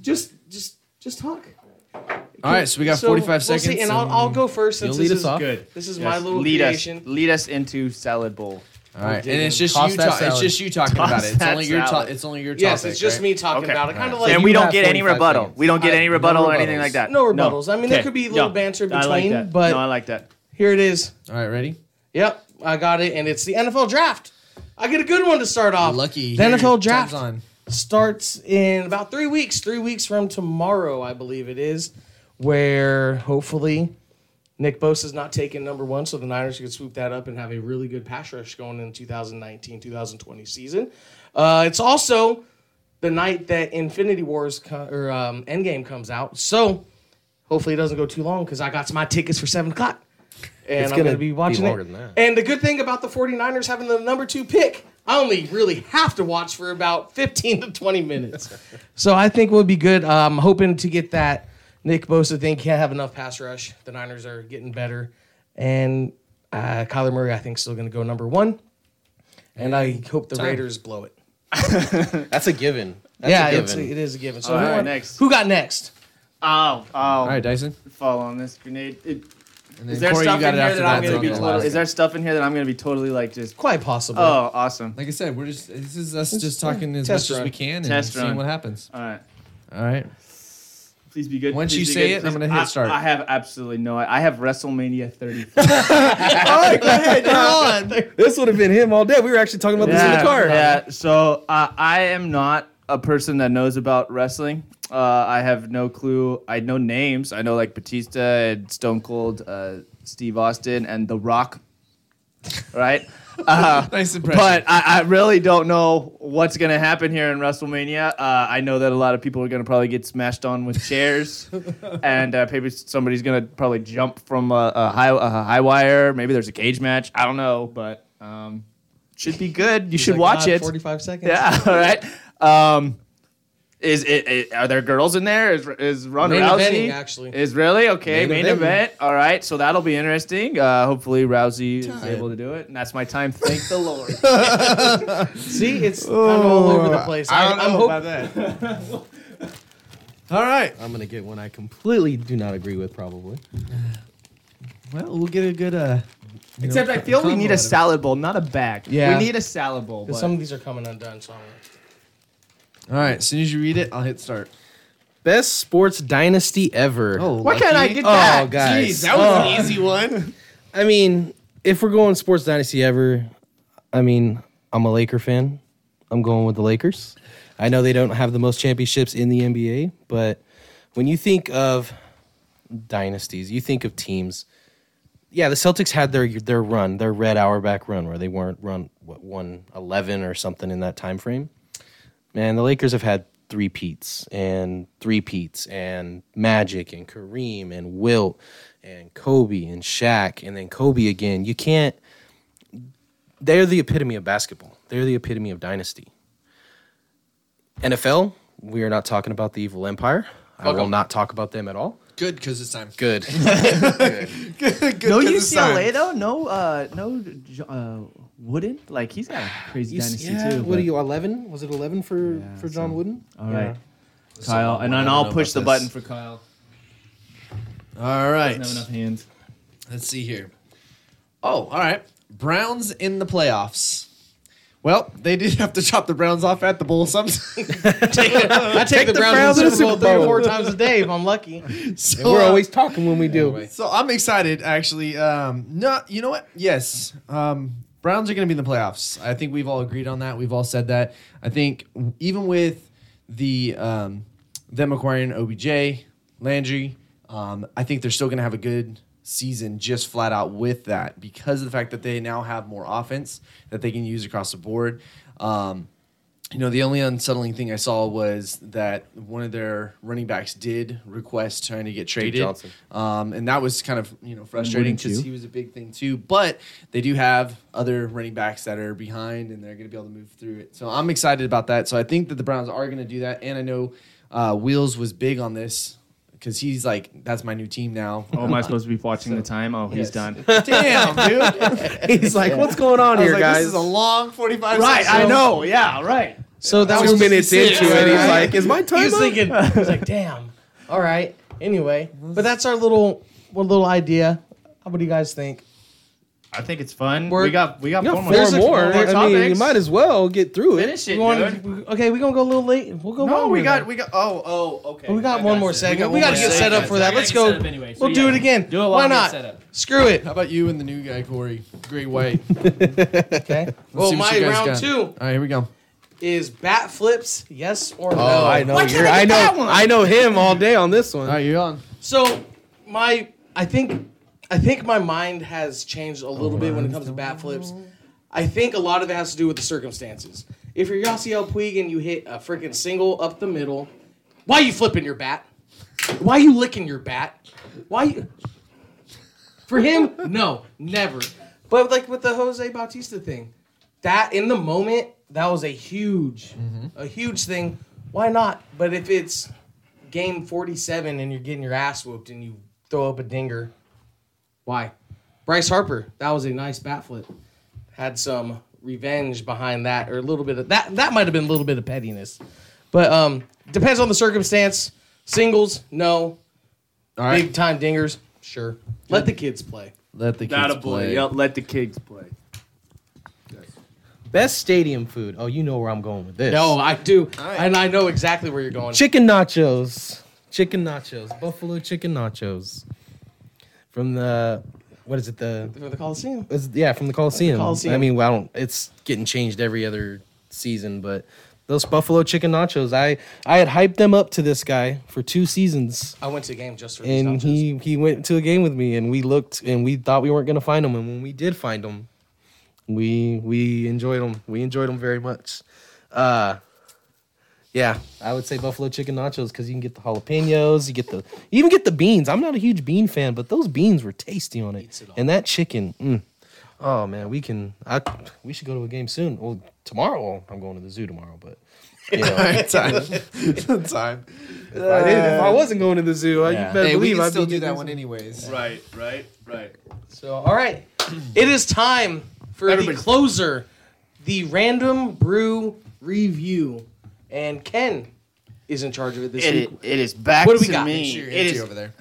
Just, just, just talk. All right, so we got So, 45 we'll seconds. See, and I'll, I'll go first since lead this us is off? good. This is Yes, my little lead creation. us. Lead us into salad bowl. All right, and digging. it's just Toss you. that Ta- it's salad. just you talking Toss about it. It's that only your. To- salad. it's only your. Topic, Yes, it's just right? me talking Okay. about it. Kind of like and you we don't have get any 45 rebuttal. seconds. We don't get I- any no rebuttal or anything like that. No rebuttals. I mean, there could be little banter I like between, that. but- no, I like that. Here it is. All right, ready? Yep, I got it, and it's the NFL draft. I get a good one to start off. Lucky The here, NFL time's draft on. starts in about three weeks. Three weeks from tomorrow, I believe it is, where hopefully Nick Bosa's not taking number one, so the Niners could swoop that up and have a really good pass rush going in 2019-2020 season. Uh, it's also the night that Infinity Wars co- or um, Endgame comes out, so hopefully it doesn't go too long because I got my tickets for seven o'clock. And It's I'm gonna going to be be watching longer it. than that. And the good thing about the 49ers having the number two pick, I only really have to watch for about 15 to 20 minutes. so I think we'll be good. I'm hoping to get that Nick Bosa thing. Can't have enough pass rush. The Niners are getting better. And uh, Kyler Murray, I think, is still going to go number one. And I hope the Raiders blow it. That's a given. That's yeah, a it's, given. it is a given. So All who, right, won- next. who got next? Oh, oh. All right, Dyson. Fall on this grenade. It, And then is there Corey, stuff you got in it here after that I'm that. gonna be so- totally? Is there stuff in here that I'm gonna be totally like just? Quite possible. Oh, awesome. Like I said, we're just this is us just talking as Test much as run. we can and Test seeing run. what happens. All right. All right. Please be good. Once Please you be say good. it, I'm Please- gonna hit I- start. I have absolutely no. I have WrestleMania 30. This would have been him all day. We were actually talking about this in the car. Yeah. So uh, I am not a person that knows about wrestling. Uh, I have no clue. I know names. I know like Batista and Stone Cold, uh, Steve Austin, and The Rock. Right. Uh, Nice impression. but I, I really don't know what's going to happen here in WrestleMania. Uh, I know that a lot of people are going to probably get smashed on with chairs, and uh, maybe somebody's going to probably jump from a, a, high, a high wire. Maybe there's a cage match. I don't know, but um, should be good. You should watch "Ah, it. Forty-five seconds. Yeah, all right. Um, is it, it? Are there girls in there? Is is Ronda Main Rousey? eventing, actually. is really okay. Main, Main event. event. All right, so that'll be interesting. Uh, hopefully, Rousey is able to do it, and that's my time. Thank the Lord. See, it's kind of all over the place. I, Oh, don't am know hoping. about that. All right. I'm gonna get one I completely do not agree with, probably. Well, we'll get a good. uh Except I feel we need a salad bowl, not a bag. Yeah. we need a salad bowl. But Some of these are coming undone, so I'm gonna- All right. As soon as you read it, I'll hit start. Best sports dynasty ever. why can't I get Oh, that? guys. Ah, Jeez. that was an easy one. I mean, if we're going sports dynasty ever, I mean, I'm a Laker fan. I'm going with the Lakers. I know they don't have the most championships in the NBA, but when you think of dynasties, you think of teams. Yeah, the Celtics had their their run, their red hour back run, where they weren't run what one eleven or something in that time frame. Man, the Lakers have had three peats and three peats and Magic and Kareem and Wilt and Kobe and Shaq and then Kobe again. You can't. They're the epitome of basketball. They're the epitome of dynasty. NFL. We are not talking about the evil empire. I will not talk about them at all. Good, because it's time. Good. no 'cause it's UCLA science. though. No, uh, no, J- uh, Wooden. Like he's got a crazy dynasty too. what are but- you? Eleven? Was it eleven for for John Wooden? All right, Kyle, and then I'll push the button for Kyle. All right. Doesn't have enough hands. Let's see here. Oh, all right. Browns in the playoffs. Well, they did have to chop the Browns off at the bowl some, I take, the, Browns in the Super Bowl three or four times a day if I'm lucky. so, We're uh, always talking when we do. so I'm excited, actually. Um, no, you know what? Yes, um, Browns are going to be in the playoffs. I think we've all agreed on that. We've all said that. I think even with the um, them acquiring OBJ, Landry, um, I think they're still going to have a good season just flat out with that because of the fact that they now have more offense that they can use across the board. Um, you know, the only unsettling thing I saw was that one of their running backs did request trying to get traded. Johnson. Um, and that was kind of, you know, frustrating Wouldn't because you? he was a big thing too. But they do have other running backs that are behind and they're going to be able to move through it. So I'm excited about that. So I think that the Browns are going to do that. And I know uh, Wheels was big on this because he's like, that's my new team now. Oh, am I supposed to be watching the time? Oh, he's done. Damn, dude. He's like, what's going on I was like, this is a long 45 right, seconds. I know. Yeah, right. So that was Two minutes into it, he's like, "Is my time?" He was thinking, I was like, damn. All right. Anyway, but that's our little, one little idea. What do you guys think? I think it's fun. We're- we got we got You four got more. four There's a- four more. I mean, you topics. might as well get through it. Finish it, We wanna- dude. okay, we're gonna go a little late. We'll go. No, longer we got then. we got. Oh, oh, okay. But we got one more segment. We got got to one get more set up segment. for that. Let's I gotta go. get set up anyway, so we'll yeah. do it again. Do it while Why I get not? set up. Screw it. How about you and the new guy, Corey? Great White. Okay. Let's Well, see what my you guys round got. two All right, here we go. is bat flips. Yes or no? Oh, I know. Why can't You're, I I get that know. one? I know him all day on this one. All right, you're on. So my, I think, I think my mind has changed a little bit when it comes to bat flips. I think a lot of it has to do with the circumstances. If you're Yasiel Puig and you hit a freaking single up the middle, why you flipping your bat? Why you licking your bat? Why you? For him, no, never. But like with the Jose Bautista thing, that in the moment that was a huge, a huge thing. Why not? But if it's game 47 and you're getting your ass whooped and you throw up a dinger. Why? Bryce Harper, that was a nice bat flip. Had some revenge behind that or a little bit of that that might have been a little bit of pettiness. But um depends on the circumstance. Singles, no. All right. Big time dingers, sure. Let the kids play. Let the kids Not a play. boy. Yep, let the kids play. Best stadium food. Oh, you know where I'm going with this. No, Oh, I do. And I know exactly where you're going. chicken nachos. Chicken nachos. Buffalo chicken nachos. From the what is it? The For the Coliseum. It's- yeah, from the Coliseum. Coliseum. I mean, well, I don't, it's getting changed every other season, but Those buffalo chicken nachos. I I had hyped them up to this guy for two seasons, I went to the game just for these and nachos. he he went to a game with me, and we looked, and we thought we weren't gonna find them, and when we did find them, we we enjoyed them. We enjoyed them very much. Uh, yeah, I would say buffalo chicken nachos because you can get the jalapenos, you get the you even get the beans. I'm not a huge bean fan, but those beans were tasty on it, and that chicken. Mm, oh man, we can. I we should go to a game soon. Well, tomorrow well, I'm going to the zoo tomorrow, but you know, time. time. I didn't- if I wasn't going to the zoo, I, you better Hey, we believe can I'd still be do that doing one anyways. Right, right, right. So, all right, it is time for Everybody- the closer, the random brew review, and Ken is in charge of it this It, week. it is back What do we to got? me. Make sure You're it empty is over there.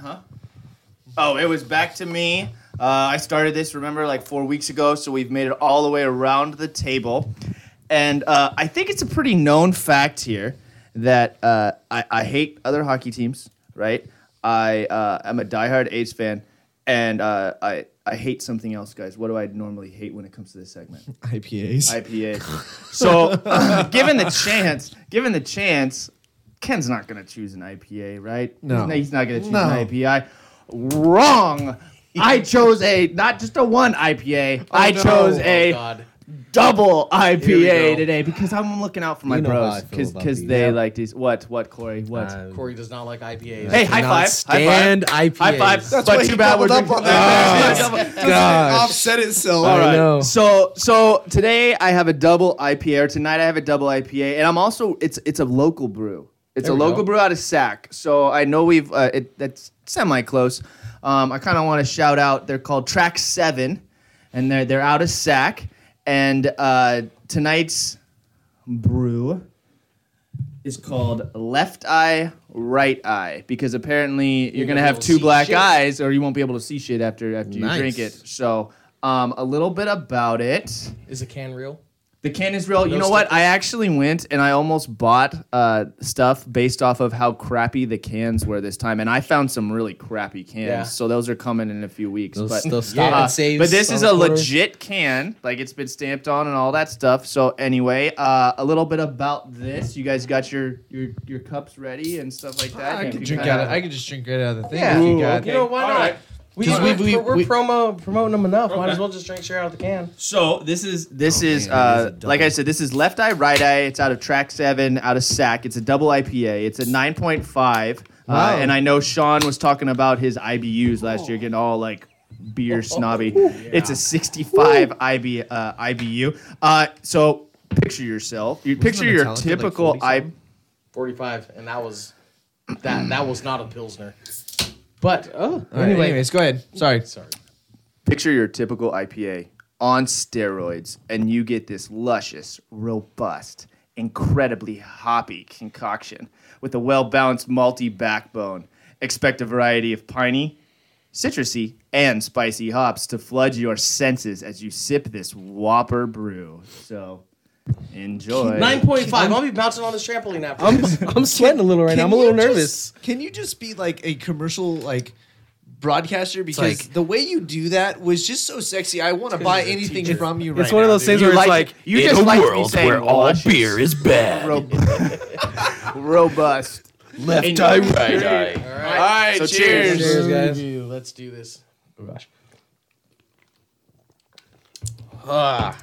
Oh, it was back to me. Uh, I started this, remember, like four weeks ago, so we've made it all the way around the table. And uh, I think it's a pretty known fact here that uh, I, I hate other hockey teams, right? I uh, am a diehard A's fan, and uh, I, I hate something else, guys. What do I normally hate when it comes to this segment? IPAs. IPA. So, given the chance, given the chance, Ken's not going to choose an IPA, right? No. He's not, he's not going to choose No. an IPA. Wrong. I chose a not just a one Oh, IPA. I chose a Oh, God. double we go. IPA today because I'm looking out for my You know how bros I feel because about these. they Yeah. like these. What what Corey what? Uh, Corey does not like IPAs. hey, high cannot five! Stand high IPAs. five! High five! That's but why too he bad we're doubled up drinking- on that. Yeah, double- Gosh. Offset itself. All right. know. So so today I have a double IPA, or tonight I have a double IPA, and I'm also it's it's a local brew. It's a local brew out of Sac. So I know we've uh, it, that's semi close. Um, I kind of want to shout out. They're called Track Seven, and they're they're out of Sac. And uh, tonight's brew is called Left Eye Right Eye because apparently you're gonna gonna be have able to two see black shit. eyes, or you won't be able to see shit after after you Nice. drink it. So, um, a little bit about it. is a can real? The can is real. You No know what? I actually went and I almost bought uh, stuff based off of how crappy the cans were this time, and I found some really crappy cans. Yeah. So those are coming in a few weeks. Those- but those stop and saves, but this stop is a orders. legit can, like it's been stamped on and all that stuff. So anyway, uh, a little bit about this. You guys got your your your cups ready and stuff like that. I You could can drink kinda- out of. I could just drink right out of the thing. Yeah. if you Ooh, got- You know why not? We, Because we, we- we- are we- promo promoting them enough. Might as well just drink straight out of the can. So this is this is Oh, man, it is a uh, double. like I said, this is left eye, right eye. It's out of track seven, out of sack. It's a double IPA. It's a nine point five. Wow. Uh, and I know Sean was talking about his IBUs last year, getting all like beer snobby. It's a sixty five IB uh, IBU. Uh, so picture yourself. You picture the your Metallica, like, typical 40 I. something? Forty five, and that was that that was not a pilsner. But oh, All right, Anyways, go ahead. Sorry. sorry. Picture your typical IPA on steroids, and you get this luscious, robust, incredibly hoppy concoction with a well balanced malty backbone. Expect a variety of piney, citrusy, and spicy hops to flood your senses as you sip this whopper brew. So enjoy. Nine point five. I'll be bouncing on this trampoline after I'm this. I'm sweating a little right now. I'm a you little just- nervous. can you just be like a commercial like broadcaster because like- the way you do that was just so sexy. I want to buy anything from you right It's one of now, those dude. things where it's like you just like world where all beer is bad. robust. Left eye, right eye. All right, So cheers. cheers. Cheers, guys. Dude, let's do this. Oh gosh.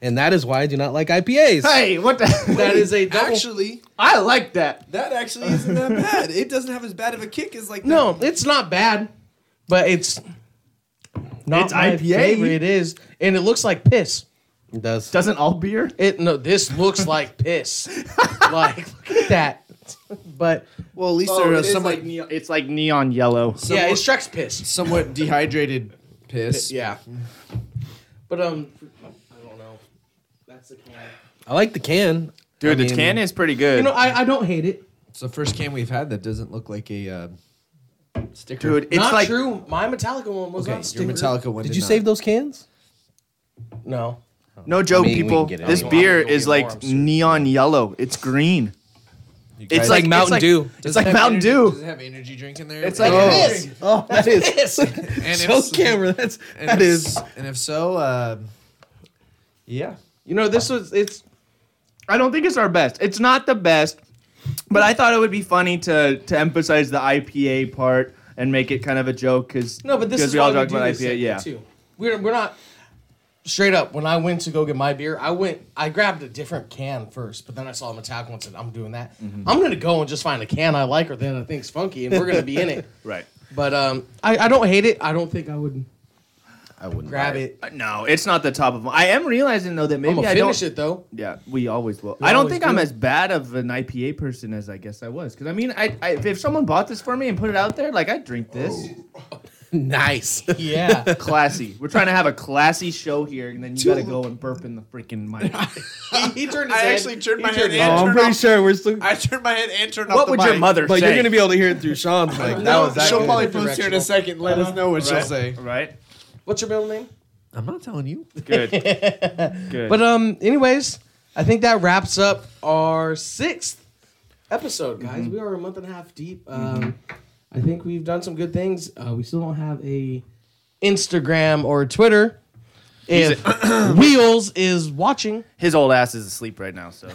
And that is why I do not like IPAs. Hey, what the? That is a double. Actually, I like that. that actually isn't that bad. It doesn't have as bad of a kick as like no, it's not bad, but it's not It's my IPA. favorite. It is, and it looks like piss. It does. Doesn't all beer? It no, this looks like piss. like look at that. But Well, at least Oh, there it are is somewhat like neon, it's like neon yellow. yeah, Somewhat- it's Shrek's piss. somewhat dehydrated piss. Yeah. But um, I don't know. That's the can. I like the can. Dude, I the mean- can is pretty good. You know, I, I don't hate it. It's the first can we've had that doesn't look like a uh, sticker. Dude, it's not like true. My Metallica one was okay, not your sticker. Metallica one. Did you save those cans? No. no joke, I mean, we people. can get it This anyway. beer It'll be is warm like soon. neon yellow. It's green. guys- It's Like like Mountain it's like- Dew. It's like Mountain Dew. Does it have energy drink in there? It's like Oh. this. Oh, that is. And Show if- camera. That's And that if- is. And if so, uh, yeah. You know, this was it's I don't think it's our best. It's not the best, but I thought it would be funny to to emphasize the IPA part and make it kind of a joke because No, but this is we all why talk we do about this IPA. segment, Yeah, Too. We're we're not straight up. When I went to go get my beer, I went. I grabbed a different can first, but then I saw them attack once, and I'm doing that. I'm gonna go and just find a can I like or that I think's funky, and we're gonna be in it. right. But um, I, I don't hate it. I don't think I would. I wouldn't grab it. Uh, No, it's not the top of. I am realizing though that I'm maybe gonna I don't. finish it though. Yeah, we always will. I don't always think do. I'm as bad of an IPA person as I guess I was. Because I mean, I, I if someone bought this for me and put it out there, like I'd drink this. Nice. Oh. Yeah. Classy. We're trying to have a classy show here, and then you gotta go and burp in the freaking mic. he turned his I head. actually turned my He head turned- and turned off. sure we're still. I turned my head and turned off what the would mic. your mother But say? you're gonna be able to hear it through Sean's Oh, mic. That was that. She'll good. probably post here in a second. and Let us know what she'll say. right. What's your middle name? I'm not telling you. Good. Good. But um, anyways, I think that wraps up our sixth episode, guys. We are a month and a half deep. Um, I think we've done some good things. Uh, we still don't have a Instagram or Twitter. If Wheels is watching, his old ass is asleep right now. So,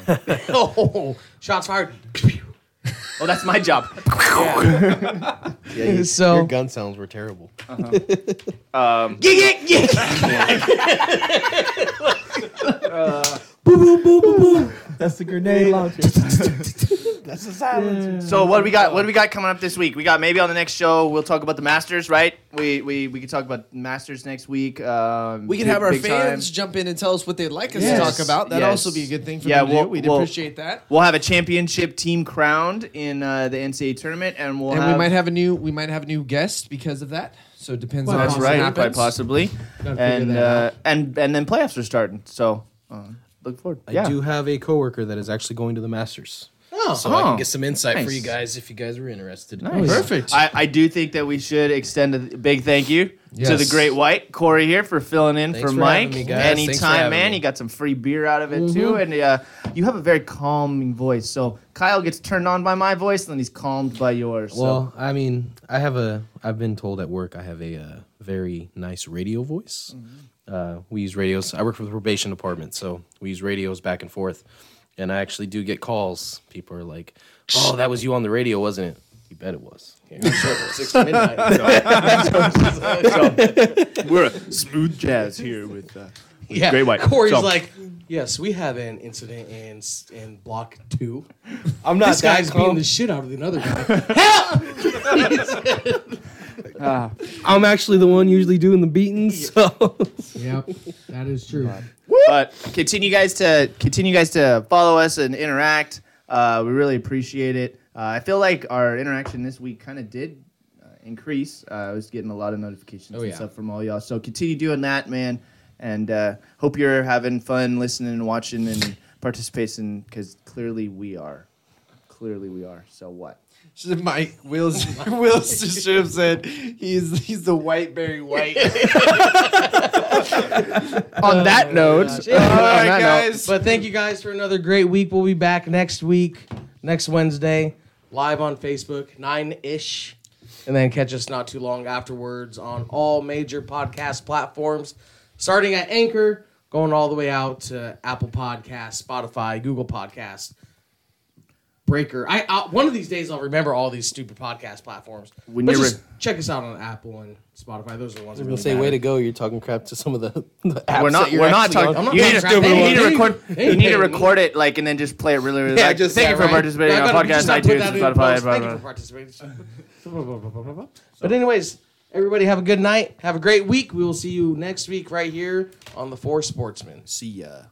oh, oh, shots fired. that's my job. Your so gun sounds were terrible. That's the grenade launcher. So what do we got? What do we got coming up this week? We got maybe on the next show we'll talk about the Masters, right? We we we could talk about Masters next week. Um, We can big- have our big fans time. jump in and tell us what they'd like us Yes. to talk about. That'd Yes. also be a good thing for Yeah, them to we'll- do. We'd we'll- appreciate that. We'll have a championship team crowned in uh, the NCAA tournament, and we'll and have we might have a new we might have a new guest because of that. So it depends on that's how it right, happens. quite possibly, and uh, and and then playoffs are starting. So uh, look forward. I yeah. do have a coworker that is actually going to the Masters. Oh. so I Oh, can get some insight for nice. you guys if you guys are interested. Nice. Perfect. I, I do think that we should extend a big thank you to the Yes. great white Corey here for filling in Thanks for for Mike. having me, guys. Thanks for Anytime, having man. me. You got some free beer out of it Mm-hmm. too, and uh, you have a very calming voice. So Kyle gets turned on by my voice, and then he's calmed by yours. so. Well, I mean, I have a. I've been told at work I have a uh, very nice radio voice. Uh, we use radios. I work for the probation department, so we use radios back and forth. And I actually do get calls. People are like, "Oh, that was you on the radio, wasn't it?" You bet it was. Six to midnight. we're a smooth jazz here with. Uh, with yeah. Great White. Corey's So- like, yes, we have an incident in s- in block two. I'm not. This guy's beating the shit out of another guy. I'm actually the one usually doing the beatings. So Yep, that is true. but continue guys to continue guys to follow us and interact uh, we really appreciate it uh, i feel like our interaction this week kind of did uh, increase uh, i was getting a lot of notifications and yeah. stuff from all y'all so continue doing that man and uh, hope you're having fun listening and watching and participating because clearly we are clearly we are so what Mike Will's Will's just should have said he's he's the white Barry White. on that note Yeah. All right, that note- guys. But thank you guys for another great week. We'll be back next week, next Wednesday, live on Facebook, nine ish. And then catch us not too long afterwards on all major podcast platforms, starting at Anchor, going all the way out to Apple Podcasts, Spotify, Google Podcasts, Breaker. I, I one of these days I'll remember all these stupid podcast platforms. When but you're just check us out on Apple and Spotify. Those are the ones. that I'm really gonna say, matter. "Way to go! You're talking crap to some of the, the apps we're not. that you're We're not actually talking. on." I'm not you, need to, talking crap. you Hey, need to hey, record. hey, you need hey. to record it like and then just play it really, really. Yeah, loud. just- thank yeah, you for right. participating I on gotta- we podcast, just gotta put iTunes, that in Spotify. post. Blah, Thank blah, you for blah. participating. But anyways, everybody have a good night. Have a great week. We will see you next week right here on the Four Sportsmen. See ya.